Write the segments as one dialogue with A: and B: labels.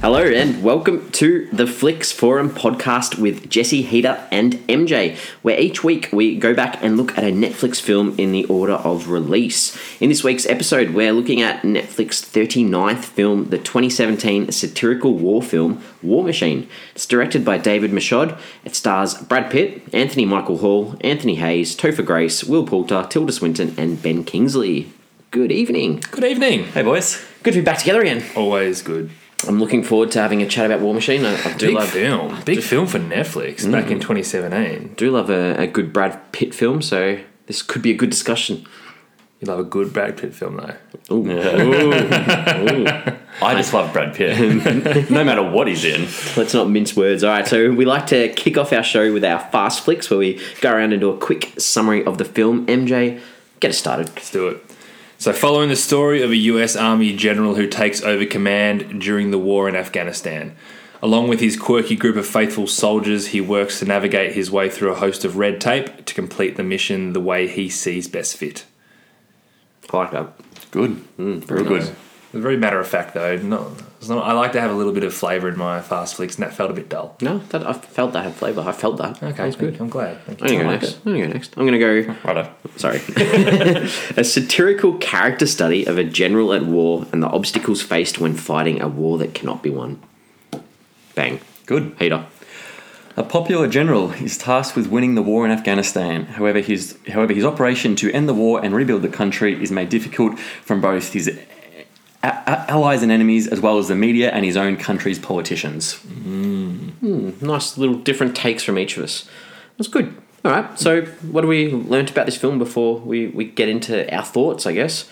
A: Hello and welcome to the Flicks Forum podcast with Jesse Heater and MJ, where each week we go back and look at a Netflix film in the order of release. In this week's episode, we're looking at Netflix's 39th film, the 2017 satirical war film War Machine. It's directed by David Michaud. It stars Brad Pitt, Anthony Michael Hall, Anthony Hayes, Topher Grace, Will Poulter, Tilda Swinton, and Ben Kingsley. Good evening.
B: Good evening. Hey, boys.
A: Good to be back together again.
B: Always good.
A: I'm looking forward to having a chat about War Machine. I, I do
B: Big
A: love
B: film. Big film for Netflix
C: Mm.
B: back in 2017.
A: do love a, a good Brad Pitt film, so this could be a good discussion.
B: You love a good Brad Pitt film, though.
A: Ooh.
C: I just love Brad Pitt, no matter what he's in.
A: Let's not mince words. All right, so we like to kick off our show with our fast flicks, where we go around and do a quick summary of the film. MJ, get us started.
B: Let's do it. So, following the story of a US Army general who takes over command during the war in Afghanistan. Along with his quirky group of faithful soldiers, he works to navigate his way through a host of red tape to complete the mission the way he sees best fit.
A: I like that.
C: Good, very good.
B: It's very matter of fact, though. Not, it's not, I like to have a little bit of flavour in my fast flicks, and that felt a bit dull.
A: No, that I felt that had flavour. I felt that.
B: Okay,
A: that was
B: thank
A: good.
B: you. I'm glad. Thank you.
A: I'm gonna go
B: I like
A: next.
B: it.
A: I'm gonna go next. I'm gonna go
C: Righto.
A: sorry. a satirical character study of a general at war and the obstacles faced when fighting a war that cannot be won. Bang.
C: Good.
A: Hater.
C: A popular general is tasked with winning the war in Afghanistan. However, his however his operation to end the war and rebuild the country is made difficult from both his a- a- allies and enemies, as well as the media and his own country's politicians.
A: Nice little different takes from each of us. That's good. All right. So, what do we learnt about this film before we, we get into our thoughts? I guess.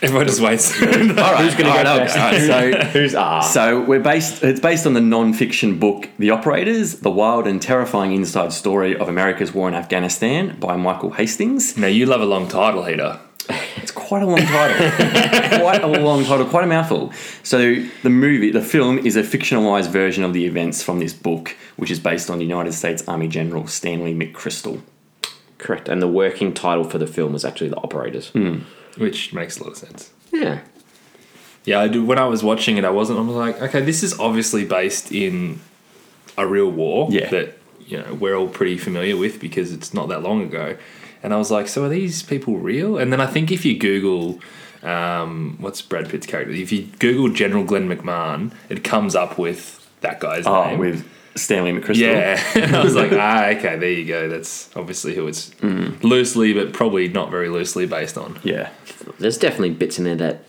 B: Everyone just waits.
C: All right, who's
A: gonna go first?
C: so,
A: Who's ah?
C: So we're based. It's based on the non-fiction book *The Operators: The Wild and Terrifying Inside Story of America's War in Afghanistan* by Michael Hastings.
B: Now you love a long title heater.
C: It's quite a long title. quite a long title. Quite a mouthful. So the movie, the film, is a fictionalized version of the events from this book, which is based on United States Army General Stanley McChrystal.
A: Correct. And the working title for the film was actually The Operators.
B: Which makes a lot of sense.
A: Yeah.
B: Yeah, I do. When I was watching it, I wasn't. I was like, okay, this is obviously based in a real war
C: Yeah.
B: that you know we're all pretty familiar with because it's not that long ago. And I was like, so are these people real? And then I think if you Google, um, what's Brad Pitt's character? If you Google General Glenn McMahon, it comes up with that guy's
C: Oh,
B: name.
C: with Stanley McChrystal.
B: yeah, and I was like, ah, okay, there you go. That's obviously who it's
C: Mm.
B: loosely, but probably not very loosely based on.
C: Yeah.
A: There's definitely bits in there that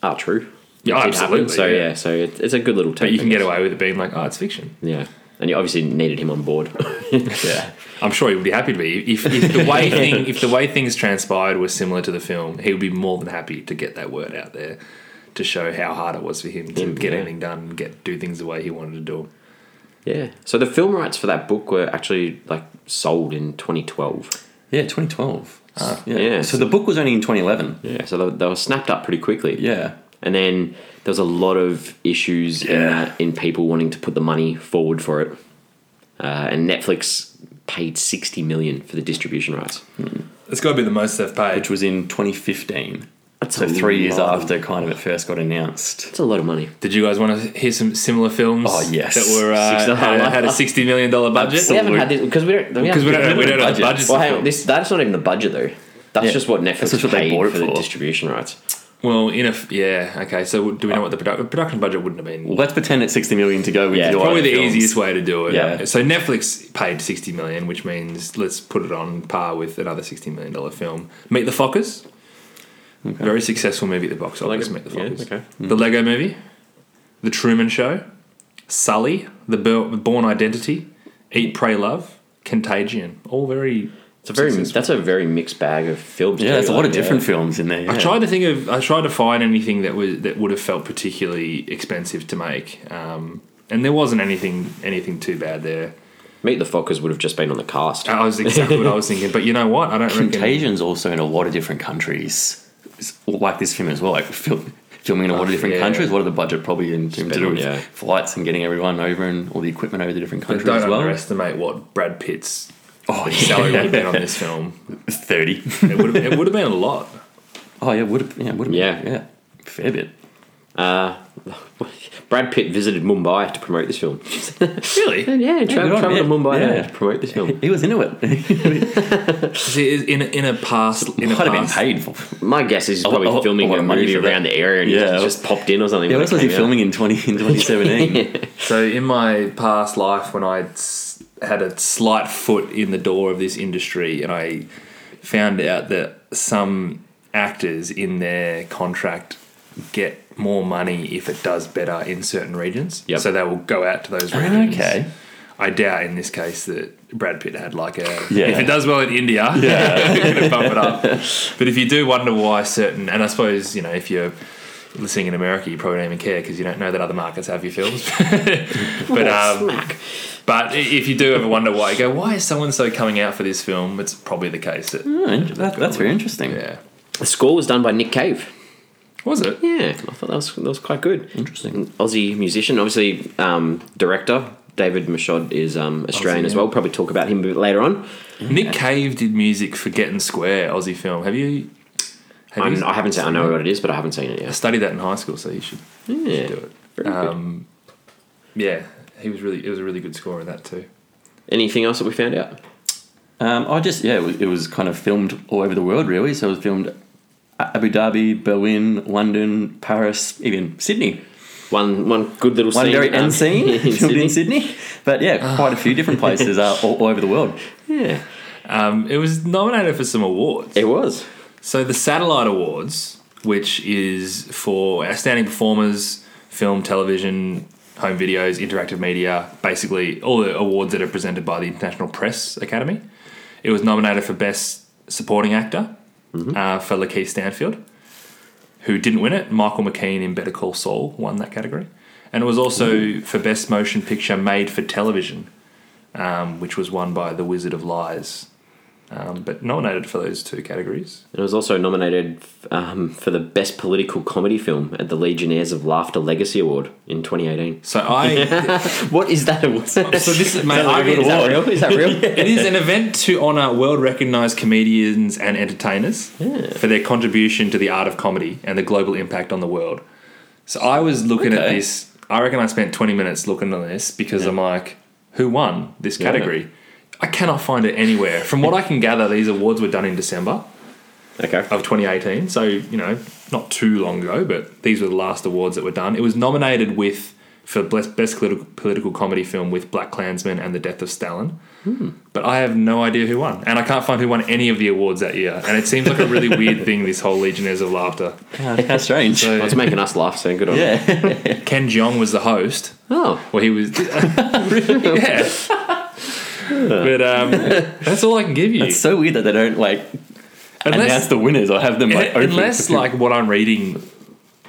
A: are true.
B: Yeah,
A: It did
B: absolutely,
A: happen. So yeah.
B: yeah.
A: so it, it's a good little.
B: But
A: take,
B: you
A: I
B: can get
A: guess.
B: away with it being like, oh, it's fiction.
A: Yeah. And you obviously needed him on board.
C: Yeah.
B: I'm sure he would be happy to be. If, if the way thing, if the way things transpired was similar to the film, he would be more than happy to get that word out there to show how hard it was for him to
A: Him,
B: get
A: yeah.
B: anything done and get do things the way he wanted to do. 'em.
A: yeah. So the film rights for that book were actually like sold in 2012.
C: Yeah. 2012. Ah,
A: yeah.
C: So the book was only in 2011.
A: Yeah. So they, they were snapped up pretty quickly.
C: Yeah.
A: And then there was a lot of issues in
C: Yeah.
A: that in people wanting to put the money forward for it. Uh, and Netflix paid 60 million for the distribution rights.
B: It's got to be the most they've paid.
C: which was in 2015.
A: That's
C: so
A: a
C: three years
A: lot.
C: after kind of it first got announced.
A: That's a lot of money.
B: Did you guys want to hear some similar films?
C: Oh, yes.
B: that were
A: Six-
B: uh, had, a- had a sixty million dollar budget.
A: We haven't had this because we don't.
B: Because we don't, we don't have the
C: Budget.
B: budget.
A: Well, hang on, this, that's not even the budget though. That's
C: Yeah.
A: just what Netflix
C: That's just what they
A: paid
C: bought it
A: for the
C: for.
A: distribution rights.
B: Well, in a f- yeah, okay. So do we know what the production production budget wouldn't have been?
C: Well, let's pretend it's 60 million to go with
A: Yeah,
C: your
B: Probably the
C: films.
B: easiest way to do it.
C: Yeah.
B: So Netflix paid sixty million, which means let's put it on par with another sixty million dollar film, Meet the Fockers. Very successful movie at the box office. Meet the
A: yeah,
B: Fockers.
A: okay.
C: Hmm.
B: The Lego Movie, The Truman Show, Sully, The Bo- Born Identity, Eat, Pray, Love, Contagion. All very.
A: It's a very
B: successful.
A: that's a very mixed bag of films.
C: Yeah,
A: too,
C: there's a lot
A: like, uh,
C: of different films in there.
B: I
C: yeah.
B: tried to think of. I tried to find anything that was that would have felt particularly expensive to make, um, and there wasn't anything anything too bad there.
A: yeah. Meet the Fockers would have just been on the cast.
B: I was exactly what I was thinking, but you know what? I don't reckon.
C: Contagion's also in a lot of different countries, It's like this film as well. Like film, filming in a lot of different
B: Oh, yeah.
C: countries. What are the budget probably in in to do with
A: yeah.
C: flights and getting everyone over and all the equipment over the different
B: But
C: countries
B: don't
C: as well?
B: underestimate what Brad Pitt's
C: Oh,
B: salary would have been
C: yeah.
B: on this film.
C: thirty.
B: It would have, it would have been a lot.
C: Oh yeah, would have yeah would have
A: Yeah.
C: yeah fair bit.
A: Uh, Brad Pitt visited Mumbai to promote this film.
B: Really?
A: yeah, he traveled,
C: good on
A: traveled to
C: him.
A: Mumbai
C: Yeah.
A: there to promote this film.
C: He was into it.
B: See, is- in a, in a past, in a
C: Might have been
B: past,
C: paid for.
A: My guess is he's probably
C: a lot-
A: filming
C: a lot
A: a
C: of money
A: movie
C: for that.
A: around the area and he
C: Yeah.
A: just, just popped in or something.
C: Yeah,
A: when
C: what
A: it
C: else was he
A: came out.
C: filming in twenty in twenty seventeen?
B: so in my past life, when I s- had a slight foot in the door of this industry, and I found out that some actors in their contract get more money if it does better in certain regions.
A: Yep.
B: So they will go out to those regions.
C: okay.
B: I doubt in this case that Brad Pitt had like a.
C: Yeah.
B: If it does well in India, yeah. gonna bump it up. But if you do wonder why certain, and I suppose you know if you're listening in America, you probably don't even care because you don't know that other markets have your films. but
A: Oh,
B: um,
A: smack.
B: but i- if you do ever wonder why, you go why is so and so coming out for this film? It's probably the
A: Mm.
B: case that
C: Oh, in- that- that's very interesting.
B: yeah.
A: The score was done by Nick Cave.
B: Was it?
A: Yeah, I thought that was that was quite good.
C: Interesting.
A: Aussie musician, obviously um, director. David Michaud is um, Australian
B: Aussie,
A: as
B: yeah.
A: well. Probably talk about him a bit later on.
B: Nick Cave did music for Getting Square, Aussie film. Have you? Have
A: I'm, I haven't seen. I know what it is, but I haven't seen it
B: I
A: yet.
B: studied that in high school, so you should, you
A: Yeah.
B: should do it.
A: Very good.
B: Um, yeah, he was really. It was a really good score in that too.
A: Anything else that we found out?
C: Um, I just yeah, it was, it was kind of filmed all over the world really. So it was filmed A- Abu Dhabi, Berlin, London, Paris, even Sydney.
A: One one good little
C: One
A: scene.
C: very
A: um,
C: end scene
A: in
C: filmed
A: Sydney.
C: in Sydney. Ah. But yeah, quite a few different places uh, all, all over the world.
A: Yeah,
B: Um, it was nominated for some awards.
A: it was.
B: So the Satellite Awards, which is for outstanding performers, film, television, home videos, interactive media, basically all the awards that are presented by the International Press Academy. It was nominated for Best Supporting Actor uh, for Lakeith Stanfield, who didn't win it. Michael McKean in Better Call Saul won that category. And it was also for Best Motion Picture Made for Television, um, which was won by The Wizard of Lies. Um, but nominated for those two categories.
A: And it was also nominated um, for the best political comedy film at the Legionnaires of Laughter Legacy Award in 2018.
B: So I,
A: What is that award? so
B: this is- mate, I mean,
A: is that
B: award.
A: real? Is that real?
B: it is an event to honour world recognised comedians and entertainers for their contribution to the art of comedy and the global impact on the world. So I was looking at
C: Okay.
B: this. I reckon I spent twenty minutes looking at this because I'm like, who won this category? I cannot find it anywhere. From what I can gather, these awards were done in December
A: Okay.
B: of 2018. So, you know, not too long ago, but these were the last awards that were done. It was nominated with for best, best political, political comedy film with Black Klansman and The Death of Stalin. But I have no idea who won. And I can't find who won any of the awards that year. And it seems like a really weird thing, this whole Legionnaires of Laughter.
C: Uh, how strange.
B: So-
A: Well, it's making us laugh, so good on you.
C: yeah.
B: Ken Jeong was the host.
A: Oh,
B: Well, he was. yeah. But um, that's all I can give you.
C: It's so weird that they don't like announce the winners or have them like open
B: unless like what I'm reading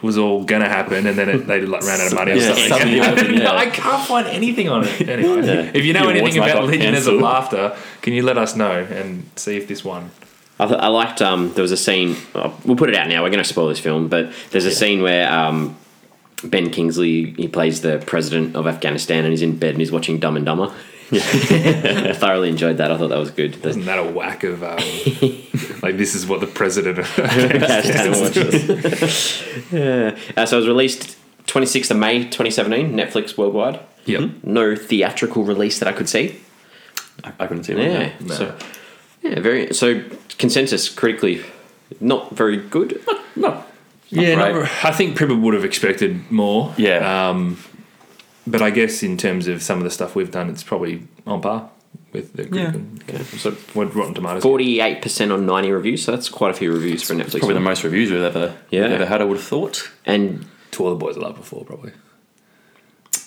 B: was all gonna happen, and then it, they like ran out of money or
C: Yeah,
B: something.
C: something happened, yeah.
B: I can't find anything on it. Anyway,
C: Yeah.
B: if you know
C: Your awards
B: anything
C: might
B: about
C: got
B: Legionnaires of
C: cancelled.
B: Laughter, can you let us know and see if this one?
A: I, th- I liked. Um, there was a scene. Uh, we'll put it out now. We're going to spoil this film, but there's a scene where um, Ben Kingsley he plays the president of Afghanistan, and he's in bed and he's watching Dumb and Dumber. I thoroughly enjoyed that. I thought that was good. That's-
B: Isn't that a whack of um, like this is what the president? of
A: yeah. Uh, so it was released 26th of May 2017, Netflix worldwide.
B: Yep.
A: No theatrical release that I could see.
C: I, I couldn't see one.
A: Yeah.
C: no.
A: So yeah, very. So consensus critically, not very good.
B: Yeah,
C: Right.
B: no, I think people would have expected more.
C: Hmm? Yeah.
B: Um, but I guess in terms of some of the stuff we've done, it's probably on par with the
C: Yeah.
B: yeah. So what Rotten Tomatoes?
A: Forty-eight percent on ninety reviews, so that's quite a few reviews for a Netflix.
C: Probably the
A: film.
C: most reviews we've ever,
A: Yeah.
C: we've ever had, I would have thought.
A: and
B: to all the boys I love before, probably.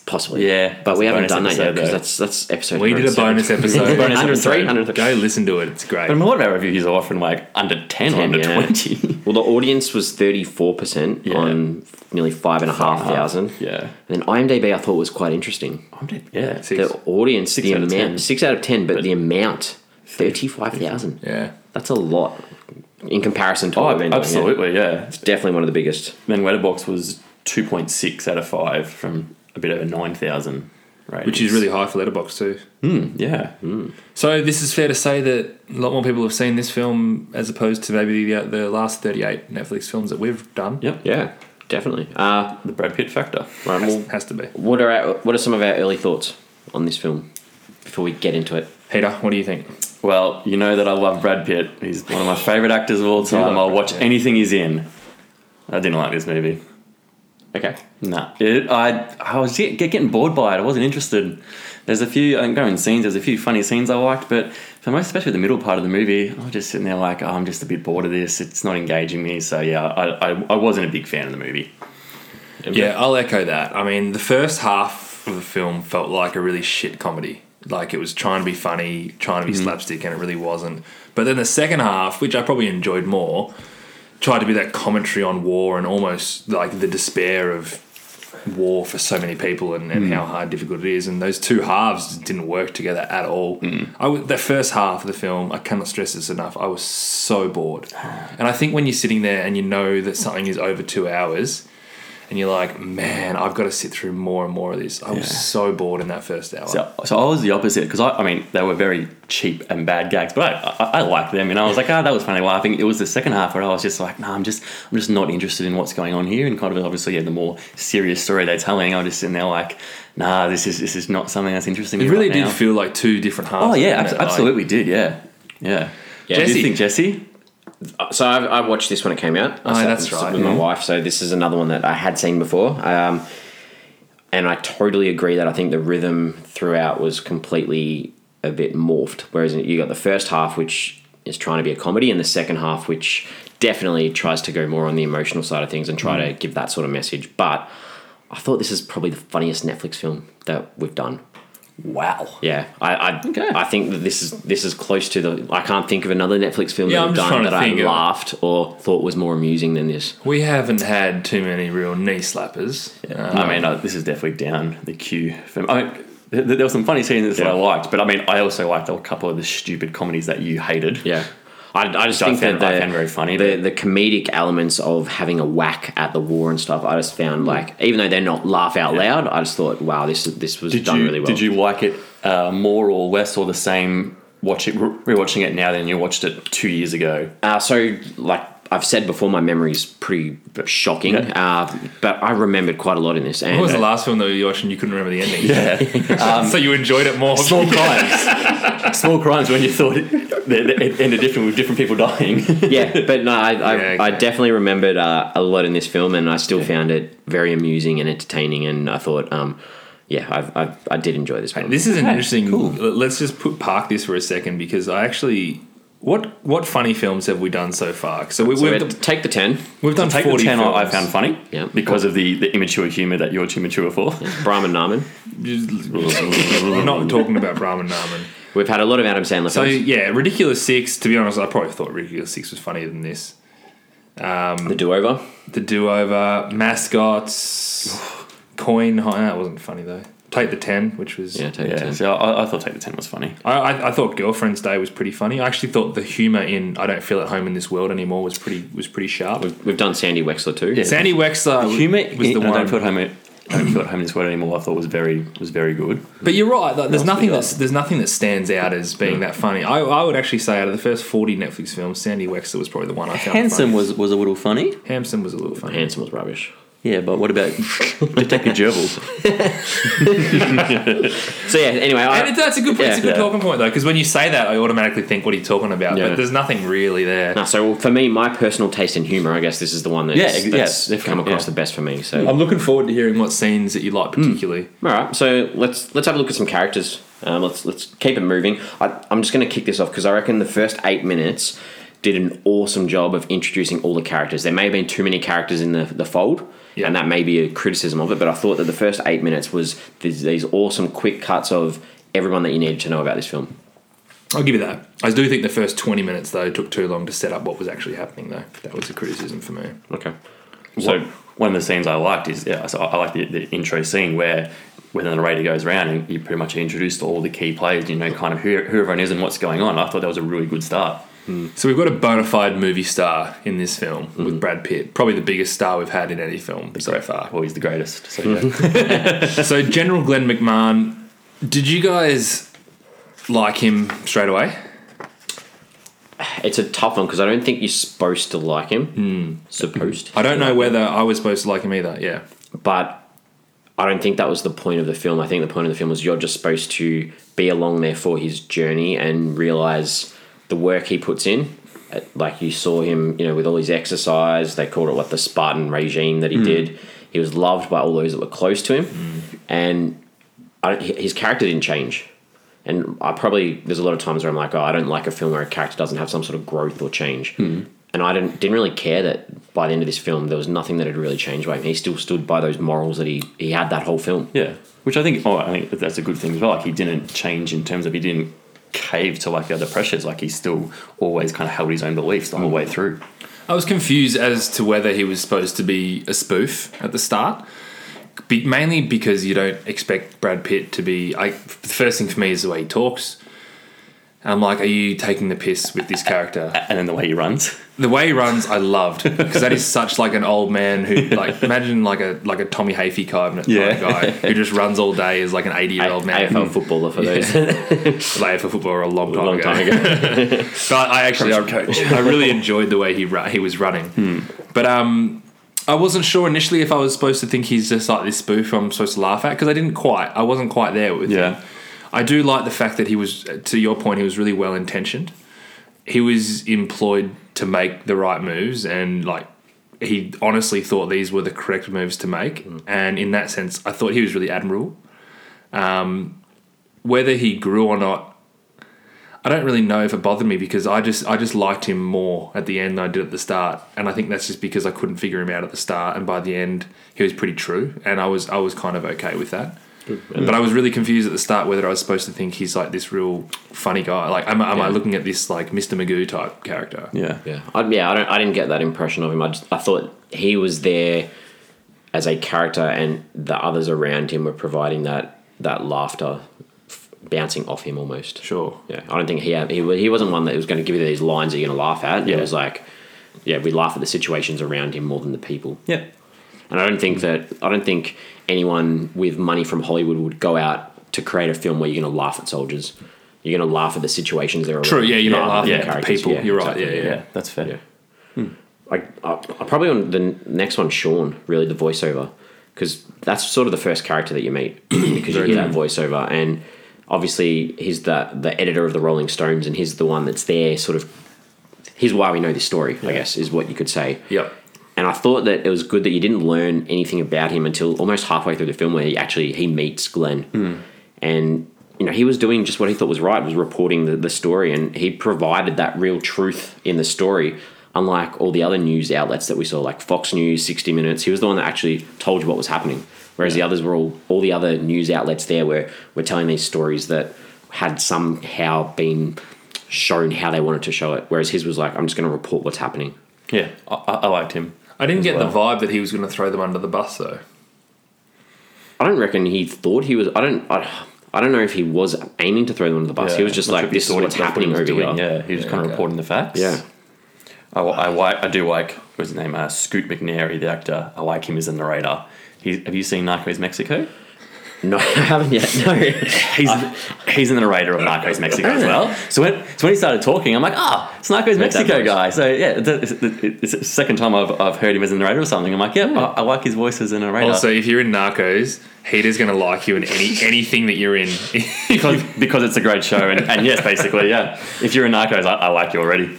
A: possibly,
C: Yeah,
A: but we
C: that's a
A: haven't
C: bonus
A: done that yet
C: episode,
A: because
C: though.
A: that's that's episode.
B: We did a
A: 107.
B: bonus episode.
C: Bonus episode.
A: 103, 103.
B: Go listen to it. It's great.
C: But I mean, a lot of our reviews are often like under 10, or
A: 10,
C: under
A: yeah.
C: 20.
A: Well, the audience was thirty-four percent
C: Yeah.
A: on nearly five and a half thousand.
C: yeah.
A: And then IMDb, I thought was quite interesting.
C: I'm dead- Yeah.
B: Six.
A: The audience, the
C: out of
A: amount,
C: 10.
A: six out of ten, but, the amount, thirty-five thousand.
B: yeah.
A: That's a lot in comparison to. what we've
C: Oh,
A: been doing, yeah.
C: absolutely, yeah.
A: definitely one of the biggest.
C: Then Letterbox was 2.6 out of 5 from a bit over 9,000 ratings.
B: Which is really high for Letterbox too.
C: Yeah.
B: So this is fair to say that a lot more people have seen uh, this film as opposed to maybe the, the last 38 Netflix films that we've done.
C: Yep.
A: Yeah. Definitely. Uh,
C: The Brad Pitt factor.
A: right,
B: Has,
A: well,
B: has to be.
A: what are our, what are some of our early thoughts on this film before we get into it?
B: Peter, what do you think?
C: Well, you know that I love Brad Pitt. He's one of my favorite actors of all
B: love
C: time. I'll
B: Brad
C: watch
B: Pitt.
C: anything he's in. I didn't like this movie.
A: Okay.
C: No, it, I I was get, get- getting bored by it. I wasn't interested. There's a few ongoing scenes. There's a few funny scenes I liked, but for most, especially the middle part of the movie, I was just sitting there like, oh, I'm just a bit bored of this. It's not engaging me. So yeah, I, I, I wasn't a big fan of the movie.
B: Yeah, I'll echo that. I mean, the first half of the film felt like a really shit comedy. Like it was trying to be funny, trying to
C: Mm-hmm.
B: be slapstick, and it really wasn't. But then the second half, which I probably enjoyed more, tried to be that commentary on war and almost like the despair of war for so many people and,
C: Hmm.
B: and how hard difficult it is and those two halves didn't work together at all
C: Hmm.
B: I w- the first half of the film i cannot stress this enough i was so bored and i think when you're sitting there and you know that something is over two hours and you're like man i've got to sit through more and more of this i was
C: Yeah.
B: so bored in that first hour
C: So, so I was the opposite because I, I mean they were very cheap and bad gags, but I, I, I liked them and I was like, ah, that was funny laughing. It was the second half where I was just like, nah, I'm just I'm just not interested in what's going on here. And kind of obviously, yeah, the more serious story they're telling, I'm just sitting there like, nah, this is this is not something that's interesting.
B: it
C: me
B: really
C: right
B: did
C: now.
B: feel like two different halves
C: Oh yeah,
B: didn't
C: abs-
B: it? Like,
C: absolutely did. Yeah, yeah. yeah.
A: Jesse-
C: Do you think Jesse?
A: Uh, So I, I watched this when it came out. I
B: Oh,
A: sat
B: that's
A: and stood
B: right,
A: With my
B: yeah.
A: wife, so this is another one that I had seen before, um, and I totally agree that I think the rhythm throughout was completely a bit morphed. Whereas you got the first half, which is trying to be a comedy, and the second half, which definitely tries to go more on the emotional side of things and try
B: Mm.
A: to give that sort of message. But I thought this is probably the funniest Netflix film that we've done.
C: Wow.
A: Yeah, I I,
C: Okay.
A: I think that this is this is close to the. I can't think of another Netflix film
B: Yeah,
A: that
B: I'm
A: I've
B: just
A: done
B: trying to
A: that I
B: think of-
A: laughed or thought was more amusing than this.
B: we haven't had too many real knee slappers Uh,
C: I mean, uh, this is definitely down the queue. For, I mean, th- th- there were some funny scenes that I
A: Yeah.
C: liked, but I mean, I also liked a couple of the stupid comedies that you hated.
A: Yeah, I, I just
C: So I
A: think
C: found-
A: that the,
C: I found very funny,
A: the the comedic elements of having a whack at the war and stuff. I just
C: Hmm.
A: found like even though they're not laugh out loud, I just thought wow this this was
C: Did
A: done
C: you
A: really well.
C: did you like it uh, more or less or the same? Watch it, re- rewatching it now than you watched it two years ago.
A: Uh, so, like I've said before, my memory's pretty shocking, uh, but I remembered quite a lot in this. And
B: what was the last film that you watched and you couldn't remember the ending? Um, so you enjoyed it more.
C: Small crimes, small crimes when you thought it, it it ended different with different people dying.
A: yeah, but no, I, I,
B: Yeah,
A: I
B: okay.
A: definitely remembered uh, a lot in this film, and I still found it very amusing and entertaining. And I thought, um, yeah, I, I, I did enjoy this film.
B: This is an interesting.
C: cool.
B: Let's just put park this for a second because I actually. What what funny films have we done so far? So, we,
A: so
B: we've,
A: we'd take the ten.
B: we've done
C: Take
B: forty.
C: the 10
B: films.
C: I I found funny
A: Yeah.
C: because of the, the immature humour that you're too mature for.
A: Brahman Naman.
B: We're not talking about Brahman Naman.
A: We've had a lot of Adam Sandler.
B: So
A: films.
B: yeah, Ridiculous Six. To be honest, I probably thought Ridiculous Six was funnier than this.
A: the Do Over.
B: The Do Over, Mascots, Coin. Hi- That wasn't funny though. Take the Ten, which was
A: Yeah, take the
C: Yeah,
A: ten.
C: so I, I thought Take the 10 was funny.
B: I, I, I thought Girlfriend's Day was pretty funny. I actually thought the humor in I Don't Feel at Home in This World Anymore was pretty was pretty sharp.
A: We've, we've done Sandy Wexler too.
B: Sandy Wexler w-
C: Humour
B: was the
C: in- I
B: one,
C: don't feel at home. I don't feel at home in this world anymore. I thought was very was very good.
B: but you're right. Like, there's nothing
C: pretty
B: that's there's nothing that stands out as being that funny. I, I would actually say out of the first 40 Netflix films, Sandy Wexler was probably the one I found.
C: Handsome
B: funny.
C: was was a little funny.
B: Hanson was a little funny.
A: Handsome was rubbish.
C: Yeah, but what about Detective Gerbil?
A: So yeah. Anyway,
B: And
A: I,
B: it, that's a good it's a
A: Yeah.
B: good
C: Yeah.
B: talking point though because when you say that, I automatically think what are you talking about?
A: Yeah.
B: But there's nothing really there.
A: no, so for me, my personal taste in humor, I guess this is the one that's,
C: Yeah, ex- yeah,
A: that's come
C: definitely,
A: across
C: yeah.
A: the best for me. So
B: I'm looking forward to hearing what scenes that you like
C: Hmm.
B: particularly.
A: All right, so let's let's have a look at some characters. Um, let's let's keep it moving. I, I'm just going to kick this off because I reckon the first eight minutes did an awesome job of introducing all the characters. There may have been too many characters in the, the fold,
B: Yeah.
A: and that may be a criticism of it. But I thought that the first eight minutes was these, these awesome quick cuts of everyone that you needed to know about this film.
B: I'll give you that. I do think the first 20 minutes, though, took too long to set up what was actually happening, though. That was a criticism for me.
A: Okay,
C: So one of the scenes I liked is yeah, so I I like the, the intro scene where when the narrator goes around and you pretty much introduced all the key players. You know, kind of who, who everyone is and what's going on. I thought that was a really good start.
B: So we've got a bona fide movie star in this film with Brad Pitt, probably the biggest star we've had in any film so far.
C: Well, he's the greatest. So yeah.
B: so General Glenn McMahon, did you guys like him straight away?
A: it's a tough one because I don't think you're supposed to like him. Supposed.
B: I
A: to
B: don't know
A: like
B: whether I was supposed to like him either. Yeah.
A: him. But I don't think that was the point of the film. I think the point of the film was you're just supposed to be along there for his journey and realize the work he puts in. Uh, Like you saw him, you know, with all his exercise. They called it what the Spartan regime that he did. He was loved by all those that were close to him, and I, don't- his character didn't change. And I probably there's a lot of times where I'm like, oh, I don't like a film where a character doesn't have some sort of growth or change. And I didn't didn't really care that by the end of this film there was nothing that had really changed by him. He still stood by those morals that he he had that whole film.
C: Yeah, which I think. Oh, I think that that's a good thing as well. Like he didn't change in terms of he didn't cave to like the other pressures. Like he still always kind of held his own beliefs the
A: Mm.
C: whole way through.
B: I was confused as to whether he was supposed to be a spoof at the start, be, mainly because you don't expect Brad Pitt to be. I, the first thing for me is the way he talks. I'm like, are you taking the piss with this character?
C: And then the way he runs.
B: The way he runs, I loved because that is such like an old man who like imagine like a like a Tommy Hafey kind of
C: Yeah.
B: guy who just runs all day as like an 80 year old man.
C: Mm.
A: AFL footballer for those
B: played for football a long time
A: a long
B: ago.
A: time ago.
B: But I actually, I, I really enjoyed the way he ru- he was running. But um, I wasn't sure initially if I was supposed to think he's just like this spoof I'm supposed to laugh at because I didn't quite. I wasn't quite there with
C: Yeah.
B: him. I do like the fact that he was, to your point, he was really well intentioned. He was employed to make the right moves and like. He honestly thought these were the correct moves to make, and in that sense, I thought he was really admirable. whether he grew or not, I don't really know if it bothered me because I just I just liked him more at the end than I did at the start, and I think that's just because I couldn't figure him out at the start, and by the end he was pretty true, and I was I was kind of okay with that. But I was really confused at the start whether I was supposed to think he's like this real funny guy. Like, am, am I looking at this like Mr. Magoo type character?
C: Yeah.
A: Yeah, I, yeah. I don't. I didn't get that impression of him. I just, I thought he was there as a character, and the others around him were providing that that laughter, f- bouncing off him almost.
B: Sure.
A: Yeah, I don't think he had, he wa- he wasn't one that was going to give you these lines that you're going to laugh at. It was like, yeah, we laugh at the situations around him more than the people.
C: Yeah.
A: And I don't think that I don't think anyone with money from Hollywood would go out to create a film where you're going to laugh at soldiers. You're going to laugh at the situations they're
B: True, yeah, you're not laughing
A: than
B: at the
A: characters.
B: people. You're right, yeah,
C: Yeah. that's fair.
A: yeah. I, I, I uh, probably on the n- next one, Sean, really the voiceover, because that's sort of the first character that you meet because you hear that voiceover, and obviously he's the the editor of the Rolling Stones, and he's the one that's there, sort of. He's why we know this story, I guess, is what you could say.
B: Yep.
A: And I thought that it was good that you didn't learn anything about him until almost halfway through the film, where he actually he meets Glenn, and you know he was doing just what he thought was right, was reporting the, the story, and he provided that real truth in the story. Unlike all the other news outlets that we saw, like Fox News, 60 Minutes, he was the one that actually told you what was happening. Whereas the others were all, all the other news outlets there were, were telling these stories that had somehow been shown how they wanted to show it. Whereas his was like, I'm just going to report what's happening.
C: Yeah. I, I I liked him.
B: I didn't get the vibe that he was going to throw them under the bus though.
A: I don't reckon he thought he was. I don't. I, I don't know if he was aiming to throw them under the bus.
C: Yeah.
A: he was just
C: Not sure
A: like,
C: if he
A: "This is
C: thought
A: what's
C: that's what he
A: happening over
C: was doing.
A: here."
C: Yeah, he was kind of
B: okay.
C: reporting the facts.
A: Yeah.
C: I, I like. I do like. What's his name? Uh, Scoot McNairy, the actor. I like him as a narrator. He, have you seen Narcos Mexico?
A: No, I haven't yet. No.
C: He's he's in the narrator of Narcos Mexico as well. So when so when he started talking, I'm like, ah, it's Narcos Mexico
A: voice.
C: guy. So yeah, it's, it's, it's the second time I've, I've heard him as a narrator or something. I'm like, yeah, I, I like his voice as a
A: Oh,
C: narrator
B: Also, if you're in Narcos, Heater's going to like you in any anything that you're in.
C: because because it's a great show. And, and yes, basically, yeah. If you're a Narcos, I, I like you already.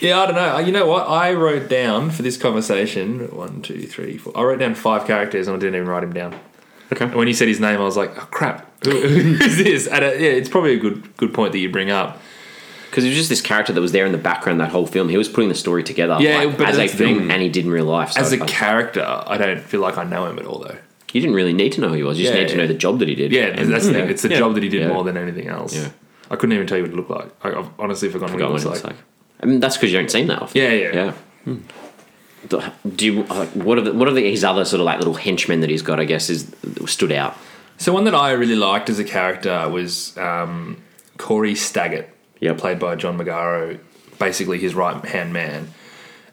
B: Yeah, I don't know. You know what? I wrote down for this conversation one, two, three, four. I wrote down five characters and I didn't even write him down. Okay. And when you said his name, I was like, oh, crap. Who, who's this? And uh, yeah, it's probably a good good point that you bring up.
A: Because it was just this character that was there in the background that whole film. He was putting the story together
B: Yeah,
A: like,
B: but
A: as a
B: that's the
A: film, and he did in real life. So
B: As a
A: I-
B: character, I don't feel like I know him at all, though.
A: you didn't really need to know who he was. You just
B: Yeah,
A: need to
B: yeah.
A: know the job that he did.
B: Yeah,
A: and
B: that's the thing. It's the
C: Yeah.
B: job that he did
A: Yeah.
B: more than anything else.
A: Yeah.
B: I couldn't even tell you what it looked like. I, I've honestly forgotten,
A: forgot
B: what
A: what
B: it
A: he looks
B: looks like.
A: like. I mean, that's because you don't see him that often.
B: Yeah, yeah. Hmm.
A: yeah. The- Do you, uh, what are the, what are the, his other sort of like little henchmen that he's got? I guess is stood out.
B: So one that I really liked as a character was um, Corey Staggett,
A: Yep.
B: played by John Magaro, basically his right hand man.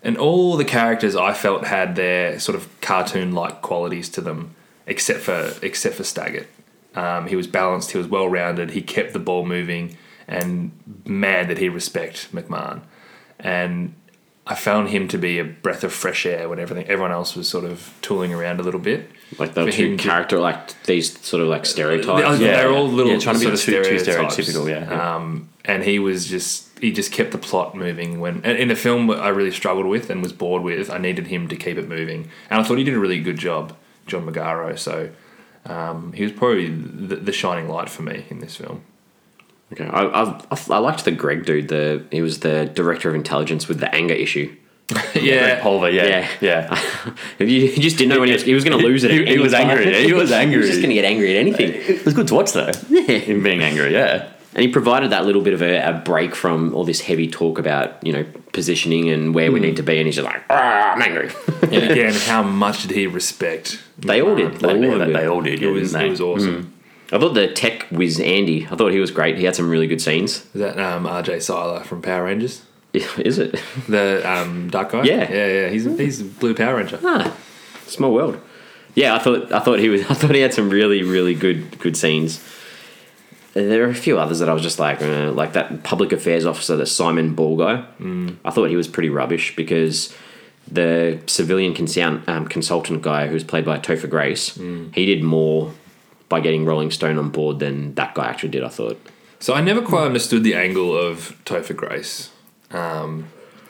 B: And all the characters I felt had their sort of cartoon like qualities to them, except for except for Staggett. Um, he was balanced, he was well rounded, he kept the ball moving, and man, did he respect McMahon. And I found him to be a breath of fresh air when everything everyone else was sort of tooling around a little bit.
A: Like the
B: For
A: two
B: him to- Uh,
A: character, like these sort of like stereotypes.
B: They- They're all little
C: Yeah, trying to be
B: sort
C: too-
B: of
C: too
B: stereotypes.
C: stereotypical, yeah, yeah.
B: Um, and he was just he just kept the plot moving when and in a film I really struggled with and was bored with. I needed him to keep it moving, and I thought he did a really good job, John Magaro. So um, he was probably the, the shining light for me in this film.
A: Okay, I, I, I liked the Greg dude. The he was the director of intelligence with the anger issue.
B: yeah,
C: Pulver,
A: Yeah.
C: yeah, yeah.
A: You you just didn't know when he was, he was going to lose it. at
C: He- he
A: any
C: was
A: time.
C: angry. He was
A: he was
C: angry.
A: just going to get angry at anything.
C: It was good to watch though. Him being angry, yeah.
A: And he provided that little bit of a, a break from all this heavy talk about you know positioning and where we need to be, and he's just like, "Ah, I'm angry.
B: and again, how much did he respect?
A: They all did.
B: McMahon?
A: They-
C: They,
A: all of
C: they,
A: it.
C: they all did.
B: It
C: Yeah,
B: was
C: didn't they?
B: it was
C: Mm.
B: awesome.
A: I thought the tech whiz Andy. I thought he was great. He had some really good scenes.
B: Is that um, R.J. Seiler from Power Rangers?
A: Is it?
B: The um, dark guy.
A: Yeah.
B: yeah, yeah. He's he's a blue Power Ranger.
A: Ah, small world. Yeah, I thought I thought he was. I thought he had some really really good good scenes. There are a few others that I was just like, eh, like that public affairs officer, the Simon Ball guy. Mm. I thought he was pretty rubbish because the civilian consult, um, consultant guy, who's played by Topher Grace,
C: Mm.
A: he did more by getting Rolling Stone on board than that guy actually did. I thought.
B: So I never quite understood the angle of Topher Grace.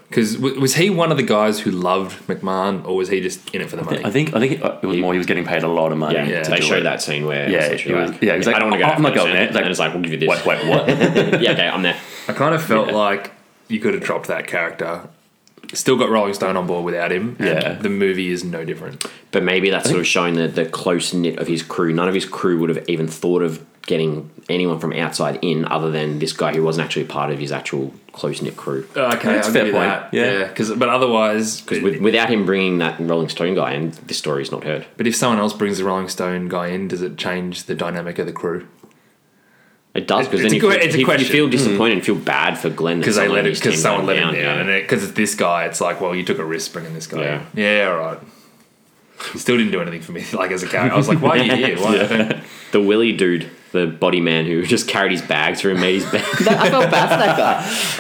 B: Because w- was he one of the guys who loved McMahon, or was he just in it for the money?
C: I think I think it, it was more. He was getting paid a lot of money.
A: Yeah,
C: to
A: they
C: do
A: show
C: it.
A: that scene where
C: Yeah,
A: essentially
C: it was-
A: like,
C: yeah, he's
A: I
C: like,
A: don't want to go.
C: "Oh,
A: out
C: I'm not
A: first,"
C: going
A: and
C: there. Like-
A: it's like we'll give you this.
C: Wait, wait, what?
A: yeah, okay, I'm there.
B: I kind of felt like you could have dropped that character. Still got Rolling Stone on board without him. and
C: Yeah.
B: the movie is no different.
A: But maybe that's sort of showing the, the close knit of his crew. None of his crew would have even thought of getting anyone from outside in other than this guy who wasn't actually part of his actual close knit crew.
B: Uh, Okay,
C: That's
B: I'll
C: fair
B: give you
C: point.
B: that.
C: Yeah.
B: Yeah, because but otherwise,
A: With, without him bringing that Rolling Stone guy, and this story is not heard.
B: but if someone else brings the Rolling Stone guy in, does it change the dynamic of the crew?
A: It does because then
B: It's a
A: you,
B: good-
A: feel-
B: it's a
A: you- you
B: question.
A: feel disappointed and feel bad for Glenn that
B: Because they
A: someone
B: let
A: in
B: it
A: his
B: because
A: team
B: someone
A: let
B: let
A: him
B: him down, and because it's this guy, it's like, well, you took a risk bringing this guy.
A: Yeah.
B: in. yeah, all right. He still didn't do anything for me. Like as a character, I was like, why are you here? Why?
A: The Willie dude, the body man who just carried his bags through and made his bag. I felt bad for that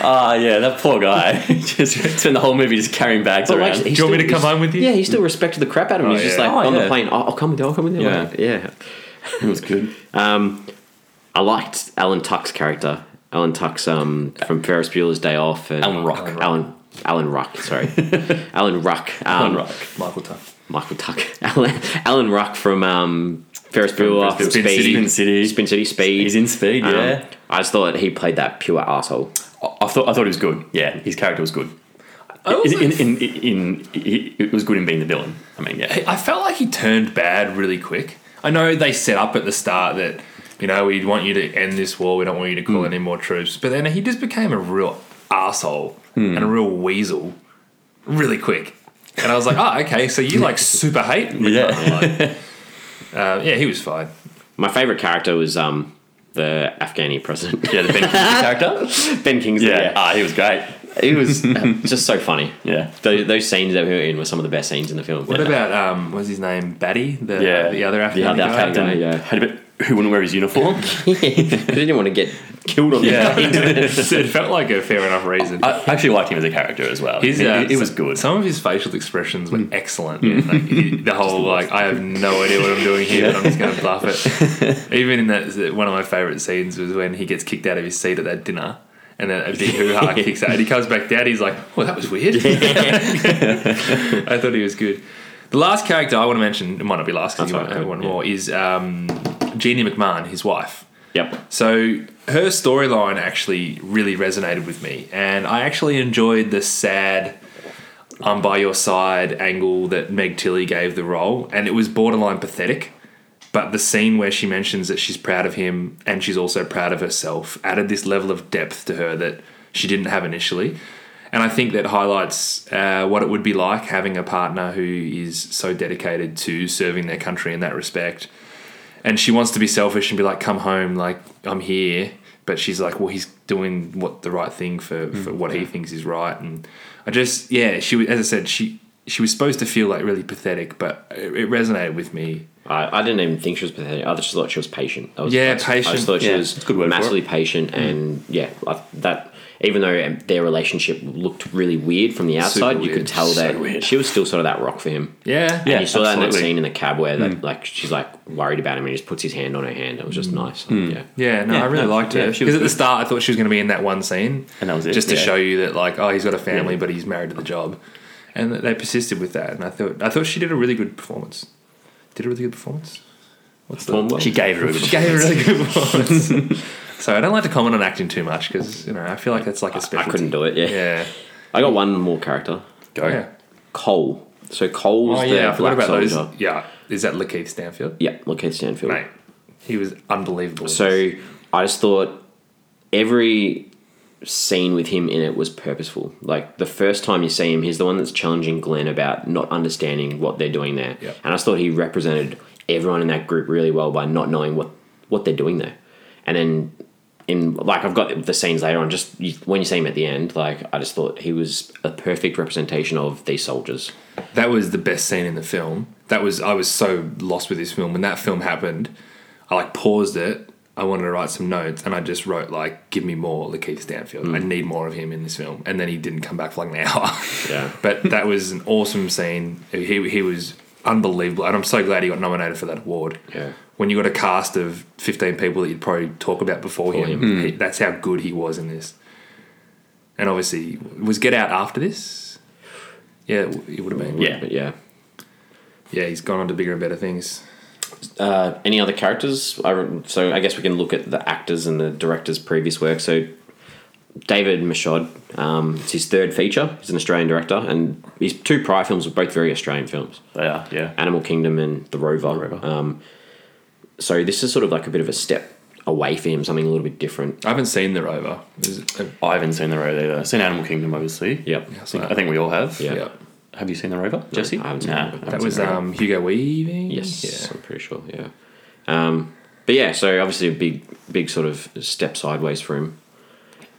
A: guy.
C: Ah, yeah, that poor guy. just spent the whole movie just carrying bags
A: But
C: around.
A: like, he
B: Do you want me to
A: still-
B: come home with you?
A: Yeah, he still respected the crap out of him.
B: Oh,
A: He's just
B: yeah.
A: like
C: Oh,
A: on the
C: yeah.
A: plane. "Oh, I'll come with you. I'll come with you.
C: Yeah.
A: yeah.
C: it was good.
A: I liked Alan Tuck's character. Alan Tuck's um, from Ferris Bueller's Day Off. And
C: Alan Ruck.
A: Alan Alan, Alan Ruck, sorry. Alan Ruck. Um,
C: Fun rock.
B: Michael Tuff.
A: Michael Tuck. Alan, Alan Ruck from um, Ferris Bueller.
B: Ferris Bueller.
A: Speed.
B: Spin City.
C: Spin City.
A: Spin City Speed.
C: He's in Speed.
A: Um,
C: Yeah,
A: I just thought he played that pure asshole.
C: I I thought I thought he was good. Yeah, his character was good. In, in, in, in, he- it was good in being the villain. I mean, yeah,
B: I felt like he turned bad really quick. I know they set up at the start that you know we want you to end this war. We don't want you to
A: Hmm.
B: call any more troops. But then he just became a real asshole and
A: Hmm.
B: a real weasel really quick. And I was like, oh, okay. So you like super hate? me.
C: yeah.
B: Like, uh, yeah, he was fine.
A: My favourite character was um, the Afghani president.
C: Yeah, the Ben Kingsley character.
A: ben Kingsley.
C: Yeah.
A: Yeah.
C: Ah, he was great.
A: He was uh, just so funny.
C: Yeah.
A: Those, those scenes that we were in were some of the best scenes in the film.
B: What about um, what's his name? Batty, the uh,
C: Yeah.
B: the other Afghan
A: other
B: guy?
A: Afghan guy. Yeah.
C: Had a bit, who wouldn't wear his uniform?
A: They didn't want to get killed on the
B: So it felt like a fair enough reason.
C: I actually liked him as a character as well.
B: His,
C: He-
B: uh,
C: he, he was
B: so-
C: good.
B: Some of his facial expressions were excellent. Like, he- the whole like, I have no idea what I'm doing here, but I'm just going to bluff it. Even in that, one of my favourite scenes was when he gets kicked out of his seat at that dinner, and then a big hoo ha kicks out, and he comes back down. He's like, "Oh, that was weird." I thought he was good. The last character I want to mention, it might not be last because you
A: That's
B: might
A: all
B: have
A: right,
B: one
A: yeah.
B: more, is um, Jeannie McMahon, his wife.
A: Yep.
B: So her storyline actually really resonated with me, and I actually enjoyed the sad "I'm by your side" angle that Meg Tilly gave the role, and it was borderline pathetic. But the scene where she mentions that she's proud of him and she's also proud of herself added this level of depth to her that she didn't have initially. And I think that highlights uh, what it would be like having a partner who is so dedicated to serving their country in that respect and she wants to be selfish and be like, "Come home, like I'm here." But she's like, "Well, he's doing what the right thing for
C: Mm,
B: for what he thinks is right." And I just, yeah, she was- as I said, she she was supposed to feel like really pathetic, but it, it resonated with me
A: I, I didn't even think she was pathetic. I just thought she was patient. I was,
B: Yeah,
A: I just- I
B: patient.
A: just thought she
C: Yeah,
A: was
C: it's a good word for
A: massively patient,
B: Mm.
A: and yeah, I, that even though um, their relationship looked really weird from the outside, you
B: weird.
A: could tell
C: So
A: that
C: weird.
A: she was still sort of that rock for him.
B: Yeah. Mm.
A: and you saw that in that
C: absolutely.
A: scene in the cab where that like she's like worried about him and he just puts his hand on her hand. It was just
B: Mm.
A: nice. Yeah,
B: Yeah, no,
C: Yeah,
B: I really
C: no,
B: liked her.
C: yeah, she was
B: Because at the
C: good.
B: start, I thought she was going to be in that one scene.
C: And that was it,
B: Just to
C: yeah.
B: show you that, like, oh, he's got a family, but he's married to the job. And that they persisted with that. And I thought I thought she did a really good performance. Did a really good performance? What's the
A: Performed well.
C: She gave her a
B: She
C: good
B: gave a really good performance. so I don't like to comment on acting too much because, you know, I feel like that's like a
A: I
B: specialty.
A: couldn't do it. Yeah.
B: Yeah.
A: I got one more character,
C: go.
B: yeah.
A: Cole. So Cole was
B: Oh,
A: the
B: yeah. I
A: black
B: forgot about
A: soldier.
B: those. Yeah. Is that Lakeith Stanfield?
A: Yeah, Lakeith Stanfield.
B: Mate, he was unbelievable.
A: So I just thought every scene with him in it was purposeful. Like the first time you see him, he's the one that's challenging Glenn about not understanding what they're doing there.
B: Yep.
A: And I just thought he represented everyone in that group really well by not knowing what what they're doing there. And then in like I've got the scenes later on. Just you, when you see him at the end, like I just thought he was a perfect representation of these soldiers.
B: that was the best scene in the film. That was I was so lost with this film when that film happened. I like paused it. I wanted to write some notes, and I just wrote like, "Give me more Lakeith Stanfield.
A: Hmm.
B: I need more of him in this film." And then he didn't come back for like an hour.
A: Yeah.
B: but that was an awesome scene. He he was unbelievable, and I'm so glad he got nominated for that award.
A: Yeah.
B: When you got a cast of 15 people that you'd probably talk about before him,
A: him.
B: he- that's how good he was in this. And obviously, was Get Out after this? Yeah, it would have been.
C: Yeah.
A: But yeah.
B: Yeah, he's gone on to bigger and better things.
A: Uh, any other characters? I, re- so I guess we can look at the actors and the director's previous work. So David Michaud, um, it's his third feature. He's an Australian director, and his two prior films were both very Australian films,
C: They are, yeah.
A: Animal Kingdom and The Rover.
C: Rover.
A: Um, so this is sort of like a bit of a step away for him, something a little bit different.
B: I haven't seen The Rover. Is it- uh,
C: I haven't seen the road either. I've seen Animal Kingdom, obviously.
A: Yep.
C: I think, I think we all have.
A: Yeah.
B: yeah.
C: Have you seen the rover, Jesse?
A: I haven't seen The Rover.
C: I haven't
B: That
C: seen
B: was
C: The Rover.
B: um, Hugo Weaving?
A: Yes,
B: Yeah.
A: I'm pretty sure. Yeah. Um, but yeah, so obviously a big, big sort of step sideways for him.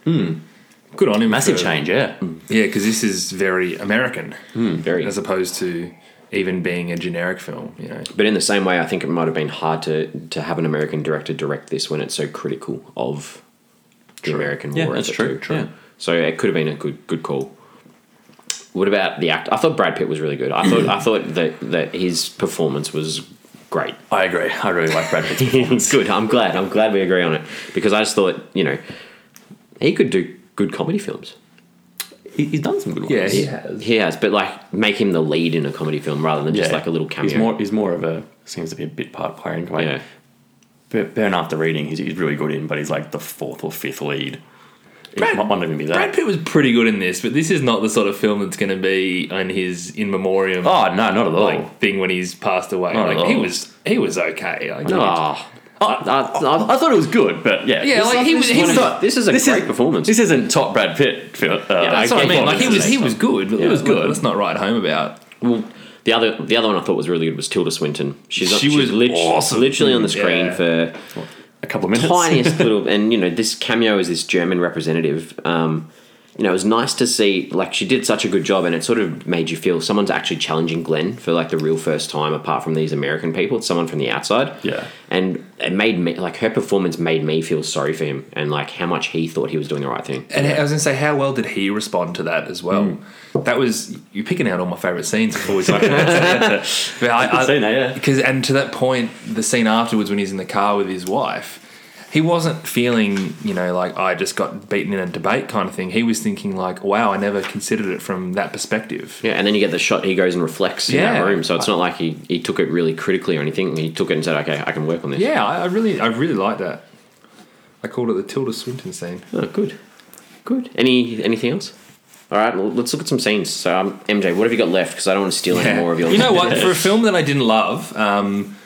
B: Good on him.
C: massive
B: for- Hmm.
C: change. Yeah,
B: Yeah, because this is very American
A: Very
B: as opposed to even being a generic film, you know.
A: But in the same way, I think it might have been hard to, to have an American director direct this when it's so critical of the American
C: Yeah,
A: war.
C: that's
A: effort
C: true,
A: too.
C: true. Yeah.
A: So it could have been a good good call. What about the act? I thought Brad Pitt was really good. I thought I thought that that his performance was great.
C: I agree. I really like Brad Pitt.
A: good. I'm glad. I'm glad we agree on it because I just thought you know he could do good comedy films.
C: He- he's done some good ones.
B: Yeah, he
A: He has, but like make him the lead in a comedy film rather than just
C: Yeah.
A: like a little cameo.
C: He's more. He's more of a seems to be a bit part player in Kuwait.
A: yeah.
C: But Burn after reading, he's, he's really good in, but he's like the fourth or fifth lead. It
B: Brad-
C: might not even be that.
B: Brad Pitt was pretty good in this, but this is not the sort of film that's going to be on his in memoriam
C: oh no, not at all.
B: like thing when he's passed away.
C: Not at
B: like he
C: all.
B: was, he was okay. Like,
A: Ah. I- I-
C: I thought it was good, but yeah,
B: Yeah,
C: This-
B: like he was. He was
A: not- this is a great performance.
C: This isn't top Brad Pitt. Phil. Uh,
A: Yeah,
B: that's what I mean. Like he was, he was good. It
C: was good.
B: Let's not write home about.
A: Well, the other the other one I thought was really good was Tilda Swinton. She's
B: She
A: she's
B: was
A: lit-
B: awesome.
A: literally on the screen
B: Yeah.
A: for
C: a couple of minutes.
A: tiniest little, and you know this cameo is this German representative. Um, you know, it was nice to see like she did such a good job, and it sort of made you feel someone's actually challenging Glenn for like the real first time, apart from these American people. It's someone from the outside.
C: Yeah.
A: and it made me like her performance made me feel sorry for him, and like how much he thought he was doing the right thing.
B: And I was going to say, how well did he respond to that as well? That was you're picking out all my favorite scenes before we talk about it. But I, I,
C: Seen that, yeah.
B: Because and to that point, the scene afterwards when he's in the car with his wife, he wasn't feeling you know like I just got beaten in a debate kind of thing. He was thinking like, wow, I never considered it from that perspective.
A: Yeah, and then you get the shot he goes and reflects in
B: Yeah.
A: that room. So it's not like he, he took it really critically or anything. He took it and said, okay, I can work on this.
B: Yeah, I, I really, I really like that. I called it the Tilda Swinton scene.
A: Oh, good. Good. Any Anything else? All right, well, let's look at some scenes. So, um, MJ, what have you got left? Because I don't want to steal any more of your
B: You know what? For a film that I didn't love, um,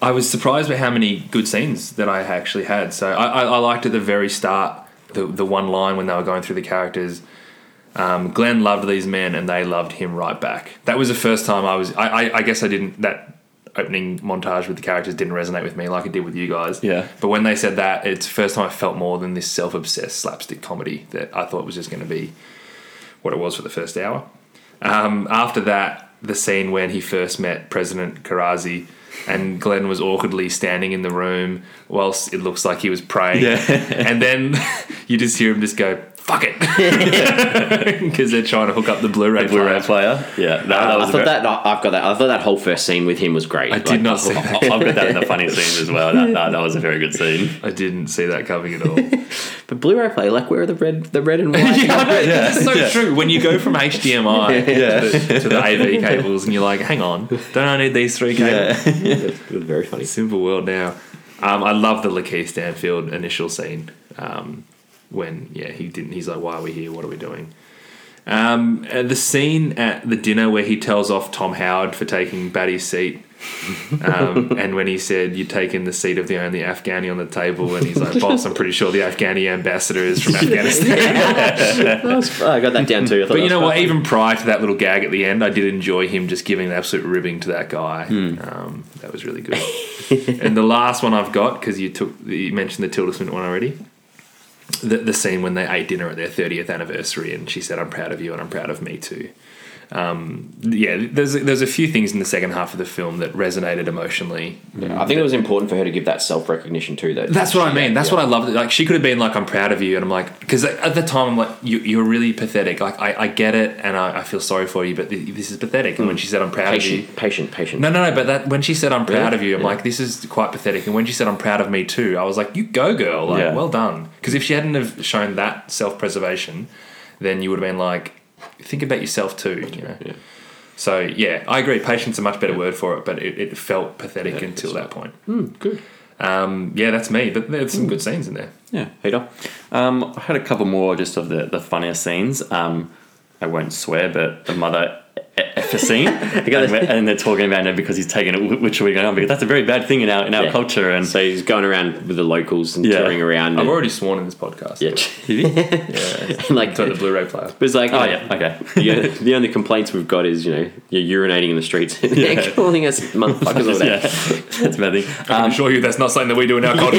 B: I was surprised by how many good scenes that I actually had. So I, I, I liked at the very start the the one line when they were going through the characters. Um, Glenn loved these men, and they loved him right back. That was the first time I was. I, I, I guess I didn't that opening montage with the characters didn't resonate with me like it did with you guys.
C: Yeah.
B: But when they said that, it's the first time I felt more than this self obsessed slapstick comedy that I thought was just going to be what it was for the first hour. Um, after that, the scene when he first met President Karazi and Glenn was awkwardly standing in the room whilst it looks like he was praying.
C: Yeah.
B: and then you just hear him just go, fuck it. Because they're trying to hook up the Blu ray
C: Blu-ray player. Yeah, no, that
A: I
C: was
A: thought
C: very-
A: that I- I've got that. I thought that whole first scene with him was great.
B: I did not see
C: I-
B: that.
C: I've got that in the funny scene as well. That, that, that was a very good scene.
B: I didn't see that coming at all.
A: But Blu-ray play, like where are the red, the red and white?
B: yeah, I know,
C: Yeah,
B: It's so
C: yeah.
B: true. When you go from HDMI
C: Yeah.
B: to, the, to the AV cables and you're like, hang on, don't I need these three cables?
A: It was very funny.
B: Simple world now. Um, I love the Lakeith Stanfield initial scene um, when yeah he didn't. He's like, "Why are we here? What are we doing?" Um, and the scene at the dinner where he tells off Tom Howard for taking Batty's seat, um, and when he said, "You've taken the seat of the only Afghani on the table," and he's like, "Boss, I'm pretty sure the Afghani ambassador is from Afghanistan."
A: That was- oh, I got that down too. I thought
B: But
A: that
B: you know
A: was
B: what?
A: fun.
B: Even prior to that little gag at the end, I did enjoy him just giving the absolute ribbing to that guy. Um, that was really good. and the last one I've got because you took you mentioned the Tilda Swinton one already. The, the scene when they ate dinner at their thirtieth anniversary, and she said, "I'm proud of you, and I'm proud of me too." Um, yeah, there's there's a few things in the second half of the film that resonated emotionally.
A: I think it was important for her to give that self recognition too, though.
B: That's what I mean. That's
A: yeah.
B: what I loved. Like she could have been like, "I'm proud of you," and I'm like, because at the time I'm like, you, "You're really pathetic." Like I, I get it, and I, I feel sorry for you, but th- this is pathetic. And when she said, "I'm proud of you,"
A: patient, patient, patient.
B: no, no, no. But that when she said, "I'm proud
A: Really?
B: of you," I'm
A: Yeah.
B: like, "This is quite pathetic." And when she said, "I'm proud of me too," I was like, "You go, girl! Like,
C: Yeah.
B: well done." Because if she hadn't have shown that self preservation, then you would have been like, "Think about yourself too," you know.
A: Yeah.
B: So yeah, I agree. Patience a much better word for it, but it, it felt pathetic until that point.
A: Hmm, good. Hmm.
B: Um, yeah, that's me. But there's some good scenes in there.
C: Yeah.
A: Peter,
C: Um, I had a couple more just of the, the funnier scenes. Um, I won't swear, but the mother effer scene, and, we're- and they're talking about it because he's taken it. Which are we going on? Because that's a very bad thing in our in our
A: Yeah.
C: culture. And
A: so he's going around with the locals and
C: Yeah.
A: touring around.
B: I've
A: And,
B: already sworn in this podcast.
A: yeah,
B: yeah.
A: and like
B: So the
A: it
B: Blu-ray player.
A: was like,
C: oh yeah, okay.
A: The only, the only complaints we've got is you know you're urinating in the streets. and They're calling us motherfuckers all day.
C: yeah, that's a bad thing.
A: Um,
B: I can assure you, that's not something that we do in our culture.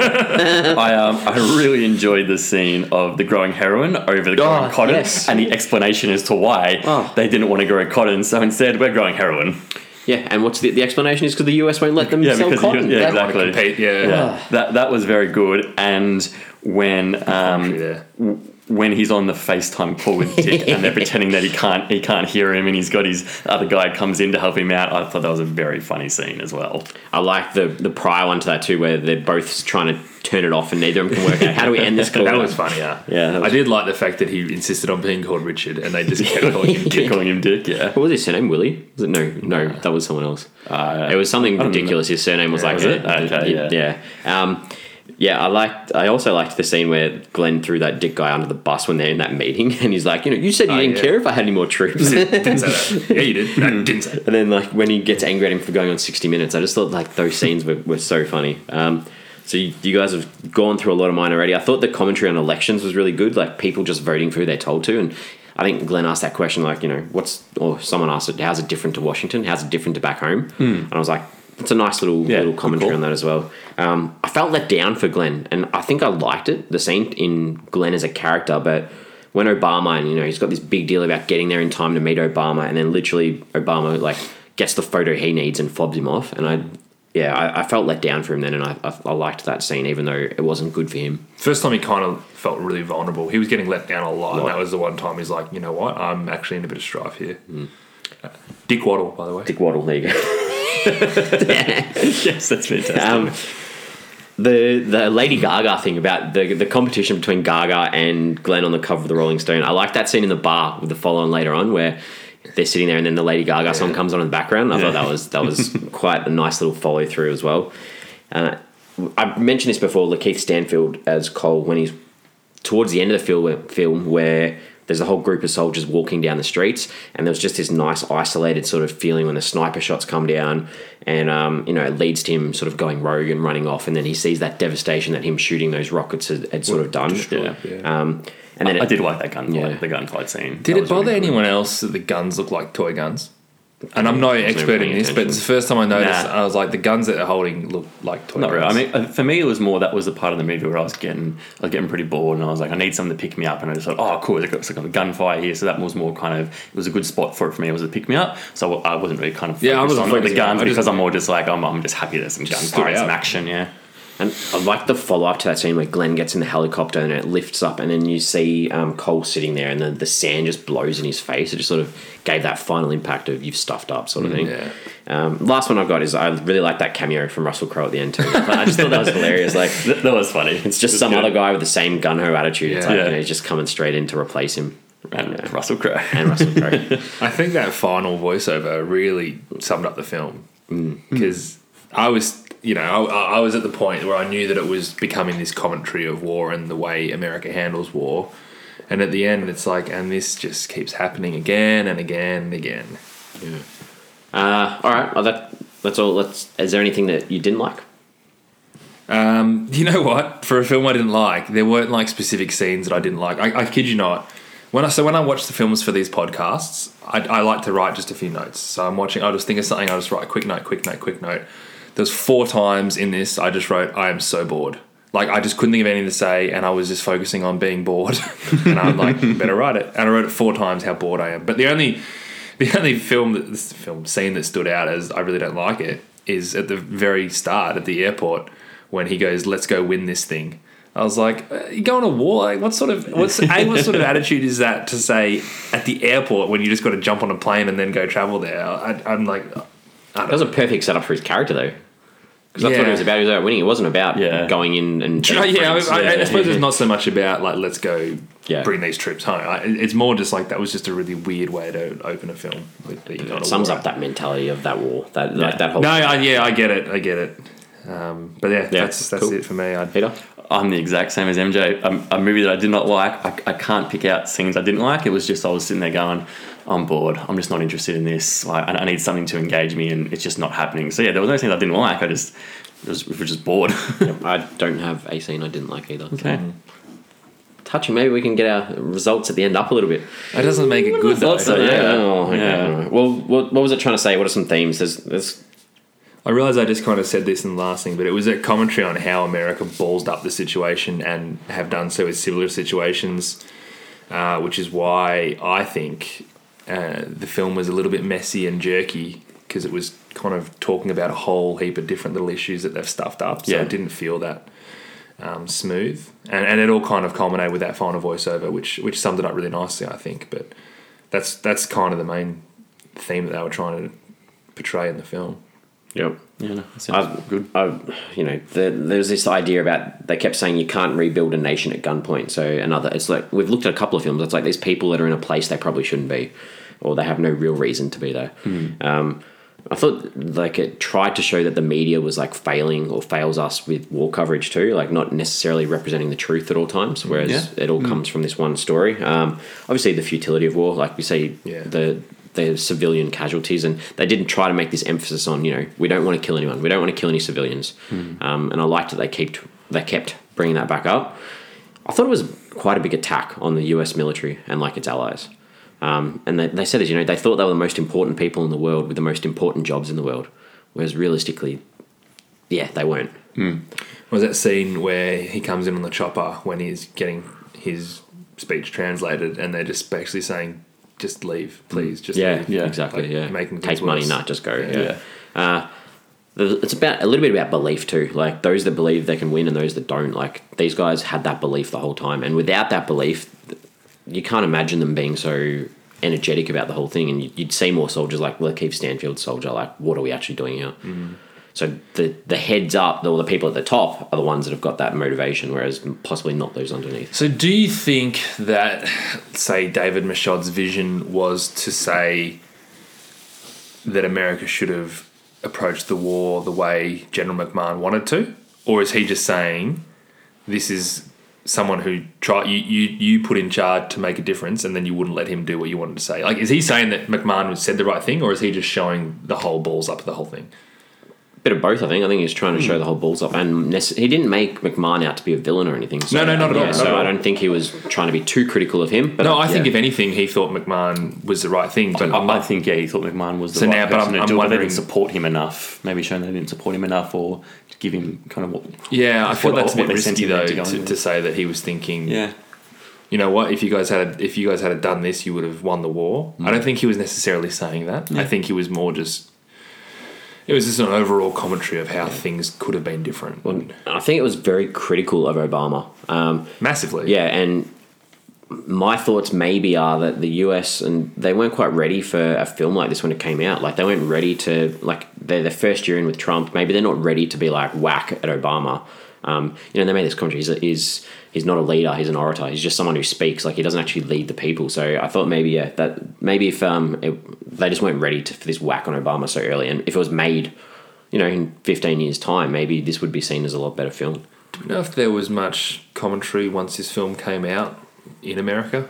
C: I um, I really enjoyed the scene of the growing heroin over the
A: Oh,
C: growing cotton
A: yes.
C: and the explanation as to why
A: Oh.
C: they didn't want to grow cotton, so instead we're growing heroin.
A: Yeah, and what's the, the explanation is because the US won't let them
C: Yeah,
A: sell
C: because the
A: cotton.
C: US yeah,
A: That-
C: exactly.
B: Compete, yeah.
A: Oh.
C: Yeah, that that was very good. And when um,
B: Yeah.
C: w- when he's on the FaceTime call with Dick and they're pretending that he can't he can't hear him and he's got his other guy comes in to help him out, I thought that was a very funny scene as well.
A: I like the the prior one to that too, where they're both trying to turn it off and neither of them can work out how do we end this call.
B: That was funny, yeah.
A: Yeah, that was-
B: I did like the fact that he insisted on being called Richard, and they just kept calling him
C: Dick
B: Dick.
C: calling him Dick, yeah.
A: What was his surname? Willie? Was it no? No, that was someone else. it was something ridiculous. His surname was like
C: was it? Okay,
A: yeah, yeah. Um, yeah, I liked. I also liked the scene where Glenn threw that dick guy under the bus when they're in that meeting, and he's like, you know, you said you didn't
B: yeah.
A: care if I had any more troops.
B: didn't say that. Yeah, you did. No, didn't say that.
A: And then like when he gets angry at him for going on 60 minutes, I just thought like those scenes were, were so funny. Um, so you, you guys have gone through a lot of mine already. I thought the commentary on elections was really good, like people just voting for who they're told to. And I think Glenn asked that question, like you know, what's or someone asked it, how's it different to Washington? How's it different to back home? And I was like, it's a nice little
C: Yeah,
A: little
C: good
A: commentary
C: call.
A: on that as well. Um, I felt let down for Glenn, and I think I liked it. The scene in Glenn as a character, but when Obama and you know he's got this big deal about getting there in time to meet Obama, and then literally Obama like gets the photo he needs and fobs him off, and I. Yeah, I, I felt let down for him then, and I, I, I liked that scene, even though it wasn't good for him.
B: First time he kind of felt really vulnerable. He was getting let down a lot, and that was the one time he's like, you know what? I'm actually in a bit of strife here. Uh, Dick Waddle, by the way.
A: Dick Waddle, there you go.
C: Yes, that's fantastic.
A: Um, the the Lady Gaga thing about the the competition between Gaga and Glenn on the cover of the Rolling Stone. I like that scene in the bar with the follow on later on where they're sitting there and then the Lady Gaga song comes on in the background. I thought that was that was quite a nice little follow through as well. Uh, I've mentioned this before, Lakeith Stanfield as Cole when he's towards the end of the film, film where there's a whole group of soldiers walking down the streets, and there was just this nice isolated sort of feeling when the sniper shots come down, and um, you know it leads to him sort of going rogue and running off, and then he sees that devastation that him shooting those rockets had, had sort of done.
C: destroyed,
B: yeah.
A: Um, and then
C: I
A: it,
C: did like that gunfight,
A: Yeah.
C: the gunfight scene.
B: Did
C: That
B: it
C: was really
B: bother
C: good.
B: anyone else that the guns look like toy guns? and I'm no
D: Wasn't
B: expert in
D: paying
B: this, but it's the first time I noticed.
C: Nah.
B: I was like, the guns that they're holding look like toy
C: Not really. I
B: guns.
C: mean, uh, for me, it was more that was the part of the movie where I was getting, I was getting pretty bored, and I was like, I need something to pick me up, and I just thought, oh, cool, it's like, it's like a gunfire here, so that was more kind of, it was a good spot for it for me. It was a pick me up, so I wasn't really kind of
B: Yeah, I
C: focused
B: wasn't
C: on the
B: focusing on it.
C: guns
B: I just-
C: because I'm more just like, I'm, I'm just happy there's some
B: Just
C: gunfire,
B: stood
C: and some
B: out.
C: action, yeah.
A: And I like the follow up to that scene where Glenn gets in the helicopter and it lifts up, and then you see um, Cole sitting there, and the, the sand just blows in his face. It just sort of gave that final impact of you've stuffed up, sort of thing.
B: yeah.
A: Um, last one I've got is I really like that cameo from Russell Crowe at the end, too. I just thought that was hilarious. Like,
C: Th- That was funny.
A: it's just some other guy with the same gun ho attitude. It's
B: Yeah.
A: like, you
C: Yeah.
A: know, he's just coming straight in to replace him.
C: And
A: Yeah.
C: Russell Crowe.
A: And Russell Crowe.
B: I think that final voiceover really summed up the film because I was, you know, I, I was at the point where I knew that it was becoming this commentary of war and the way America handles war. And at the end, it's like, and this just keeps happening again and again and again.
A: uh, all right. Well, that, that's all. Let's, is there anything that you didn't like?
B: Um, you know what? For a film I didn't like, there weren't like specific scenes that I didn't like. I, I kid you not. When I so when I watch the films for these podcasts, I, I like to write just a few notes. So I'm watching. I just think of something. I just write quick note, quick note, quick note. There's four times in this I just wrote, "I am so bored." Like I just couldn't think of anything to say, and I was just focusing on being bored. and I'm like, better write it. And I wrote it four times how bored I am. But the only the only film that this film scene that stood out as I really don't like it is at the very start at the airport when he goes, "Let's go win this thing." I was like, uh, "You going to war? Like, what sort of what's a what sort of attitude is that to say at the airport when you just got to jump on a plane and then go travel there?" I, I'm like, uh,
A: That was a perfect setup for his character, though. Because that's what
B: Yeah.
A: it was about. He was about winning. It wasn't about
C: Yeah.
A: going in and.
B: yeah, Oh, yeah, I, I, I
A: Yeah.
B: suppose it's not so much about like let's go
A: Yeah.
B: bring these troops home. I, it's more just like that was just a really weird way to open a film. Like, that you got
A: It
B: a
A: sums
B: war
A: up that mentality of that war. That like that whole.
B: No, I, yeah, I get it. I get it. Um, but yeah, that's that's
A: cool.
B: it for me. I,
A: Peter.
C: I'm the exact same as MJ. A, a movie that I did not like. I, I can't pick out scenes I didn't like. It was just I was sitting there going, I'm bored. I'm just not interested in this. Like, I, I need something to engage me, and it's just not happening. So yeah, there was no scenes I didn't like. I just it was, it was just bored.
A: I don't have a scene I didn't like either. So.
C: okay.
A: Touching. Maybe we can get our results at the end up a little bit.
B: That doesn't make it good though.
C: thought so, yeah.
A: Oh, okay.
C: Yeah.
A: all right. Well, what, what was it trying to say? What are some themes? There's, there's
B: I realize I just kind of said this in the last thing, but it was a commentary on how America ballsed up the situation and have done so with similar situations, uh, which is why I think uh, the film was a little bit messy and jerky because it was kind of talking about a whole heap of different little issues that they've stuffed up. So
C: Yeah.
B: it didn't feel that um, smooth, and, and it all kind of culminated with that final voiceover, which which summed it up really nicely, I think. But that's that's kind of the main theme that they were trying to portray in the film.
A: yep.
C: Yeah, no, that sounds
A: I've, I've, you know, the, there's this idea about they kept saying you can't rebuild a nation at gunpoint. So another, it's like we've looked at a couple of films. It's like these people that are in a place they probably shouldn't be, or they have no real reason to be there. Um, I thought like it tried to show that the media was like failing or fails us with war coverage too, like not necessarily representing the truth at all times. Whereas
C: Yeah.
A: it all comes from this one story. Um, obviously, the futility of war, like we see,
B: Yeah.
A: the the civilian casualties, and they didn't try to make this emphasis on you know we don't want to kill anyone, we don't want to kill any civilians. Um, and I liked that they kept they kept bringing that back up. I thought it was quite a big attack on the U.S. military and like its allies. Um, and they, they said as you know they thought they were the most important people in the world with the most important jobs in the world, whereas realistically, yeah, they weren't.
B: was that scene where he comes in on the chopper when he's getting his speech translated and they're just basically saying just leave please just
A: Yeah,
B: leave.
A: yeah, exactly.
B: Like,
A: yeah,
B: making things
A: take money,
B: worse.
A: not just go.
B: Yeah.
A: yeah. Uh, the- it's about a little bit about belief too like those that believe they can win and those that don't like these guys had that belief the whole time and without that belief th- you can't imagine them being so energetic about the whole thing and you- you'd see more soldiers like Lakeith Stanfield soldier like what are we actually doing here
B: Mm-hmm.
A: so the the heads up the, or the people at the top are the ones that have got that motivation whereas possibly not those underneath
B: so do you think that say david michaud's vision was to say that america should have approached the war the way general mcmahon wanted to or is he just saying this is someone who try you, you you put in charge to make a difference and then you wouldn't let him do what you wanted to say like is he saying that mcmahon said the right thing or is he just showing the whole balls up to the whole thing
A: bit of both. I think. I think he was trying to
B: Hmm.
A: show the whole balls up, and nece- he didn't make McMahon out to be a villain or anything. So,
B: No, no, not at all,
A: yeah,
B: not
A: So
B: at all.
A: I don't think he was trying to be too critical of him. But
B: No, I think
A: yeah.
B: if anything, he thought McMahon was the right thing. But I'm
C: I, I
B: not,
C: think yeah, he thought McMahon was the
B: So
C: right
B: now- but
C: person
B: I'm- I'm
C: to do it. They
B: wondering-
C: didn't support him enough. Maybe showing they didn't support him enough, or to give him kind of what.
B: yeah, I feel
C: What-
B: that's a
C: what
B: bit
C: they sent
B: risky
C: him
B: though
C: there
B: to,
C: to go
B: to,
C: in.
B: say that he was thinking.
C: Yeah,
B: You know what? If you guys had if you guys had done this, you would have won the war. I don't think he was necessarily saying that. I think he was more just. It was just an overall commentary of how things could have been different,
A: I think it was very critical of Obama. Um,
B: massively.
A: yeah, and my thoughts maybe are that the US and they weren't quite ready for a film like this when it came out. Like they weren't ready to like they're their first year in with Trump. Maybe they're not ready to be like whack at Obama. Um, you know, they made this country. He's, a, he's he's not a leader. He's an orator. He's just someone who speaks. Like he doesn't actually lead the people. So I thought maybe yeah, that maybe if um it, they just weren't ready to, for this whack on Obama so early, and if it was made, you know, in fifteen years' time, maybe this would be seen as a lot better film.
B: Do we know if there was much commentary once this film came out in America?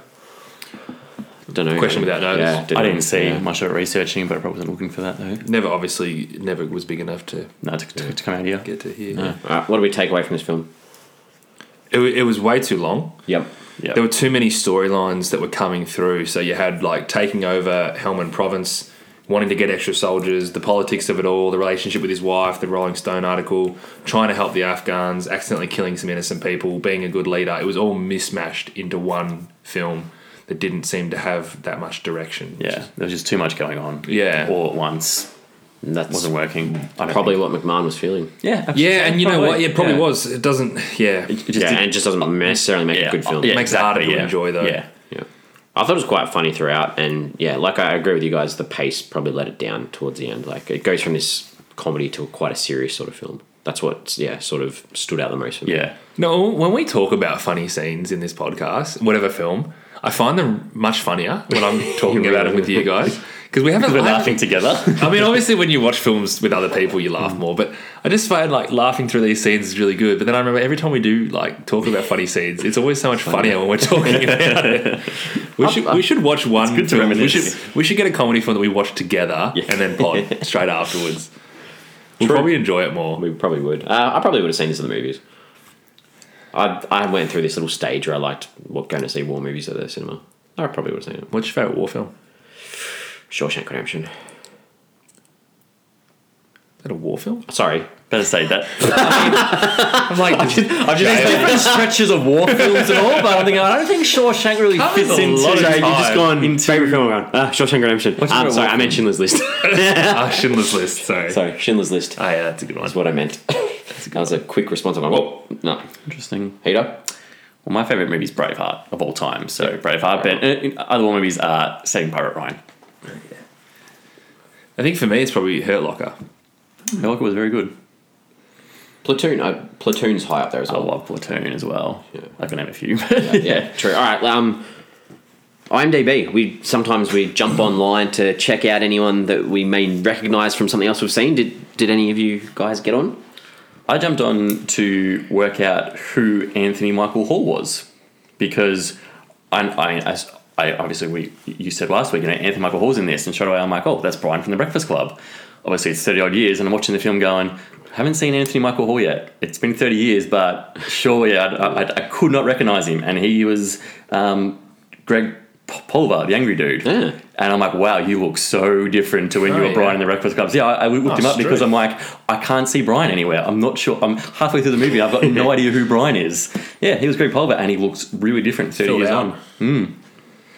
A: Don't know.
B: Question without notice.
C: I didn't see
A: yeah.
C: much of it researching, but I probably wasn't looking for that though.
B: Never, obviously, never was big enough to
C: No, to, to, to come out here.
B: get to here.
A: All right, Uh, what do we take away from this film?
B: It, wa- it was way too long.
A: Yep.
C: Yeah,
B: There were too many storylines that were coming through. So you had like taking over Helmand Province, wanting to get extra soldiers, the politics of it all, the relationship with his wife, the Rolling Stone article, trying to help the Afghans, accidentally killing some innocent people, being a good leader. It was all mismatched into one film that didn't seem to have that much direction. which
C: yeah, there was just too much going on.
B: Yeah.
C: all at once
A: And That's
C: wasn't working. I don't
A: probably
C: think.
A: what McMahon was feeling.
C: Yeah, absolutely.
B: Yeah, and you know what? Yeah, it probably
C: Yeah.
B: was. It doesn't. Yeah,
C: It just
A: yeah,
C: didn't-
A: and it just doesn't necessarily make
C: yeah,
A: a good film.
C: Yeah,
B: Makes it harder
C: exactly,
B: to
C: yeah.
B: enjoy, though.
C: Yeah,
A: Yeah. I thought it was quite funny throughout, and yeah, like I agree with you guys, the pace probably let it down towards the end. Like it goes from this comedy to quite a serious sort of film. That's what, yeah, sort of stood out the most for me.
C: yeah.
B: No, when we talk about funny scenes in this podcast, whatever film, I find them much funnier when I'm talking about it with you guys because we haven't.
C: We're
B: I haven't-
C: laughing together.
B: I mean, obviously, when you watch films with other people, you laugh more. But I just find like laughing through these scenes is really good. But then I remember every time we do like talk about funny scenes, it's always so much funnier when we're talking about it. We should we should watch one.
C: good to
B: film. we
C: reminisce.
B: should we should get a comedy film that we watch together and then pod straight afterwards. We'll probably enjoy it more.
A: We probably would. Uh, I probably would have seen this in the movies. I I went through this little stage where I liked what going to see war movies at the cinema. I probably would have seen it.
B: What's your favorite war film?
A: Shawshank Redemption.
B: Is that a war film?
A: Sorry,
C: Better say that.
B: I'm like,
C: I've just there's different stretches of war films and all, but I think I don't think Shawshank really
B: Covers
C: fits
B: a
C: into.
B: lot of
A: Sorry, you
B: time.
A: just gone favorite film. I've
C: Ah,
A: gone. Uh, Shawshank Redemption.
C: What's your
A: Um,
C: favorite
A: sorry,
C: war
A: I meant Schindler's List.
B: Ah, Schindler's List. Sorry.
A: sorry, Schindler's List.
B: Oh yeah, that's a good one.
A: That's what I meant. that was a quick response. I'm like, whoa, no,
C: Interesting.
A: Peter.
C: Well, my favorite movie is Braveheart of all time. So Braveheart, but uh, uh, other war movies are Saving Pirate Ryan.
B: I think for me, it's probably Hurt Locker.
C: Milk was very good.
A: Platoon. Uh, Platoon's high up there as
C: I
A: well.
C: love Platoon as well.
A: Yeah.
C: I can name a few. but
A: Oh, yeah, true. All right. Um, IMDb. We sometimes we jump online to check out anyone that we may recognise from something else we've seen. Did Did any of you guys get on?
C: I jumped on to work out who Anthony Michael Hall was because I, I, I, I- obviously we you said last week, you know, Anthony Michael Hall's in this, and straight away I'm like, oh, that's Brian from The Breakfast Club. Obviously, it's thirty odd years, and I'm watching the film going, haven't seen Anthony Michael Hall yet. It's been thirty years, but sure, yeah, I, I, I could not recognize him, and he was um, Greg P- Pulver, the angry dude.
A: Yeah.
C: And I'm like, wow, you look so different to when
B: Oh,
C: you were
B: yeah.
C: Brian in the Breakfast Club. So, Yeah, I, I looked
B: Oh,
C: him up because
B: straight.
C: I'm like, I can't see Brian anywhere. I'm not sure. I'm halfway through the movie. I've got no idea who Brian is. Yeah, he was Greg Pulver, and he looks really different 30
B: Filled
C: years
B: out.
C: on. Mm.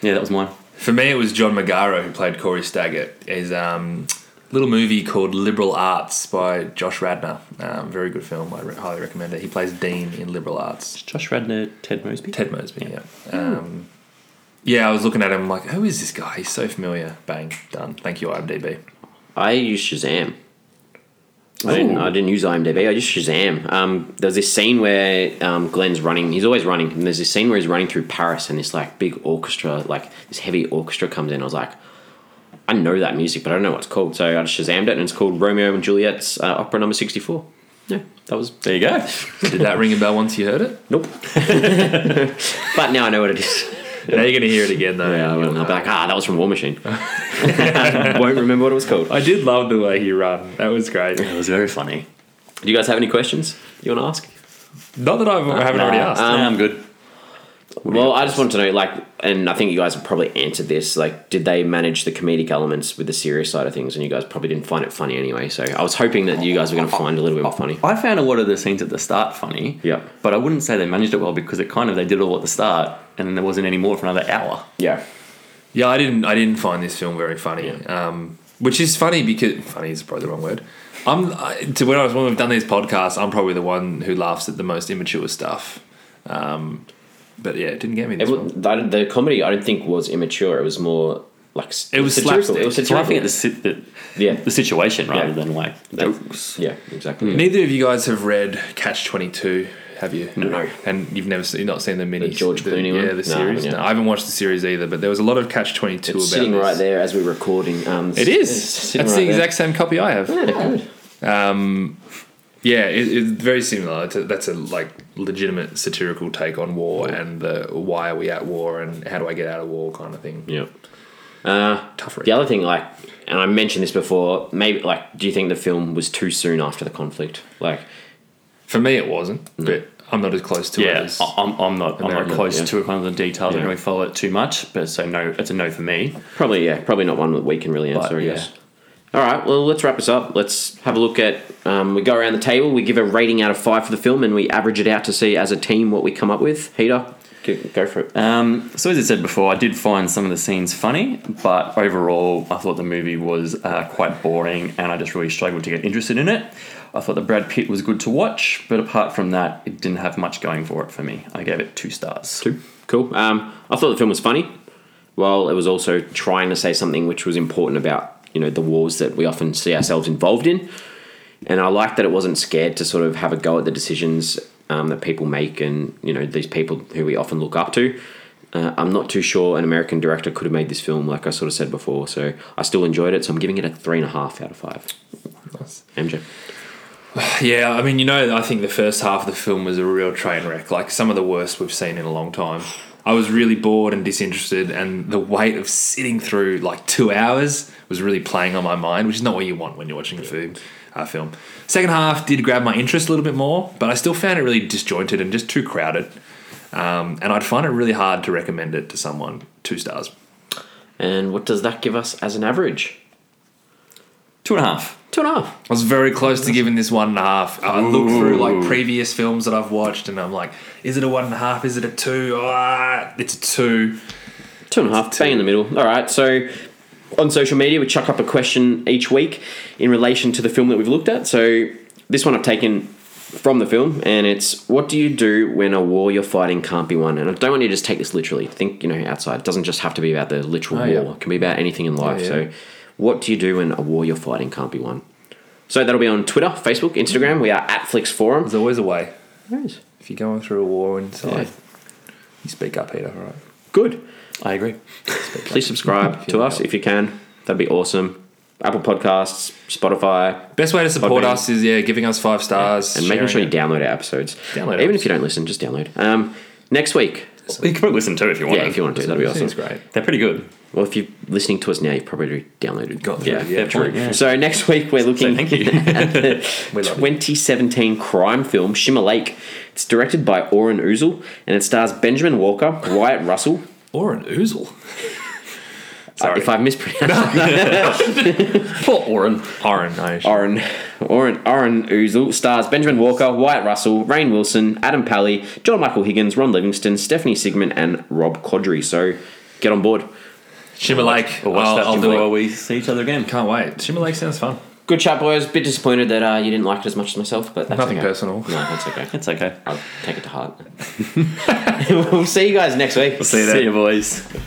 C: Yeah, that was mine.
B: For me, it was John Magaro who played Corey Staggett. His um, little movie called Liberal Arts by Josh Radner. Um, very good film. I re- highly recommend it. He plays Dean in Liberal Arts.
C: Josh Radner, Ted Mosby.
B: Ted Mosby. Yeah. Um, yeah, I was looking at him. I'm like, who is this guy? He's so familiar. Bang, done. Thank you, IMDb.
A: I use Shazam. I didn't, I didn't use IMDb. I just Shazam. Um, there's this scene where um, Glenn's running. He's always running, and there's this scene where he's running through Paris, and this like big orchestra, like this heavy orchestra, comes in. I was like, I know that music, but I don't know what it's called. So I just Shazammed it, and it's called Romeo and Juliet's uh, Opera Number Sixty Four. Yeah, that was
C: There you go.
B: Did that ring a bell once you heard it?
A: nope. but now I know what it is.
B: Now you're going to hear it again, though.
A: Yeah, I will. I'll be like, ah, that was from War Machine. Won't remember what it was called.
B: I did love the way he ran. That was great.
C: It was very funny.
A: Do you guys have any questions you want to ask?
B: Not that I've, I haven't already asked.
C: Um, I'm good.
A: Well, I just want to know, like, and I think you guys have probably answered this. Like, did they manage the comedic elements with the serious side of things? And you guys probably didn't find it funny anyway. So I was hoping that you guys were going to find a little bit more funny.
C: I found a lot of the scenes at the start funny.
A: Yeah.
C: But I wouldn't say they managed it well because it kind of they did it all at the start and then there wasn't any more for another hour.
A: Yeah,
B: Yeah, I didn't. I didn't find this film very funny. Um, which is funny because funny is probably the wrong word. I'm I, to when I was when we've done these podcasts, I'm probably the one who laughs at the most immature stuff. Um, but yeah, it didn't get me.
A: it
B: This
A: was,
B: one.
A: the, the comedy I don't think was immature. It was more like s-
B: It was
A: satirical.
B: slapstick.
A: It was
C: It's laughing at the,
A: satirical.
C: sit the,
A: Yeah.
C: the situation rather
A: Yeah.
C: than like jokes.
A: Yeah, exactly.
B: Neither of you guys have read Catch Twenty Two, have you?
A: No.
B: And you've never seen, not seen the mini
A: George Clooney one?
B: yeah, the
A: No, I
B: series.
A: haven't
B: No,
A: yet.
B: I haven't watched the series either. But there was a lot of Catch Twenty Two about
A: It's sitting
B: this.
A: right there as we're recording. Um,
B: It is. That's the exact same copy I have. Yeah, it, it's very similar. It's a, that's a like legitimate satirical take on war and the why are we at war and how do I get out of war kind of thing.
A: Yeah.
B: Tough read.
A: The other thing, like, and I mentioned this before, maybe, like, do you think the film was too soon after the conflict? Like,
B: For me, it wasn't, but I'm not as close to it
C: Yeah,
B: as.
C: I- I'm, I'm not. I'm
B: American,
C: not close
A: yeah.
C: to kind of the details. I
A: Yeah.
C: don't really follow it too much, but so no, it's a no for me.
A: probably, yeah, probably not one that we can really answer, I
C: yeah.
A: guess. All right, well, let's wrap this up. Let's have a look at. Um, we go around the table, we give a rating out of five for the film, and we average it out to see as a team what we come up with. Heater, go- go for it.
C: Um, so as I said before, I did find some of the scenes funny, but overall, I thought the movie was uh, quite boring, and I just really struggled to get interested in it. I thought the Brad Pitt was good to watch, but apart from that, it didn't have much going for it for me. I gave it two stars.
A: Two. Cool. Um, I thought the film was funny. While it was also trying to say something which was important about you know the wars that we often see ourselves involved in, and I liked that it wasn't scared to sort of have a go at the decisions um, that people make and you know these people who we often look up to. Uh, I'm not too sure an American director could have made this film, like I sort of said before. So I still enjoyed it. So I'm giving it a three and a half out of five.
B: Nice.
A: MJ.
B: Yeah, I mean, you know, I think the first half of the film was a real train wreck, like some of the worst we've seen in a long time. I was really bored and disinterested, and the weight of sitting through like two hours was really playing on my mind, which is not what you want when you're watching a food, uh, film. Second half did grab my interest a little bit more, but I still found it really disjointed and just too crowded. Um, and I'd find it really hard to recommend it to someone two stars.
A: And what does that give us as an average?
C: Two and a half.
A: Two and a half.
B: I was very close to giving this one and a half. I looked through like previous films that I've watched, and I'm like, is it a one and a half? Is it a two? Ah, it's a two.
A: Two and a half, bang in the middle. All right, so on social media, we chuck up a question each week in relation to the film that we've looked at. So this one I've taken from the film, and it's what do you do when a war you're fighting can't be won? And I don't want you to just take this literally. Think, you know, outside. It doesn't just have to be about the literal
B: Oh,
A: war,
B: yeah.
A: it can be about anything in life.
B: yeah.
A: So, what do you do when a war you're fighting can't be won? So that'll be on Twitter, Facebook, Instagram. We are at Flix Forum.
B: There's always a way.
A: Nice.
B: If you're going through a war inside,
A: Yeah.
B: you speak up, Peter. All right.
A: Good.
C: I agree.
A: Please subscribe to us if you can. That'd be awesome. Apple Podcasts, Spotify,
B: Best way to support
A: Podbean.
B: us is yeah, giving us five stars
A: and making sure you
B: sharing it.
A: download our episodes.
B: Download
A: Even
B: our
A: if you don't listen, just download. Um, next week,
C: You can probably listen to it if you want.
A: yeah, if you want to, that'd be awesome.
B: Seems great.
C: They're pretty good.
A: Well, if you're listening to us now, you've probably already downloaded.
B: Got through, yeah.
C: Fair point, yeah.
A: So next week we're looking
C: thank you.
A: at the
B: We love you.
A: 2017 crime film Shimmer Lake. It's directed by Oren Uzel and it stars Benjamin Walker, Wyatt Russell.
B: Or an oozle.
A: Sorry. If I've mispronounced
C: Poor Oren.
B: Oren, I assume.
A: Oren, Oren, Oren Uzel stars Benjamin Walker, Wyatt Russell, Rain Wilson, Adam Pally, John Michael Higgins, Ron Livingston, Stephanie Sigmund, and Rob Quadri. So get on board.
B: Shimmer Lake.
C: Or watch
B: I'll,
C: that
B: I'll do
C: before
B: it.
C: we see each other again.
B: Can't wait. Shimmer Lake sounds fun.
A: Good chat, boys. Bit disappointed that uh, you didn't like it as much as myself, but that's
B: Nothing
A: okay.
B: personal.
A: No, that's okay.
C: It's okay.
A: I'll take it to heart. we'll see you guys next week.
C: See you boys.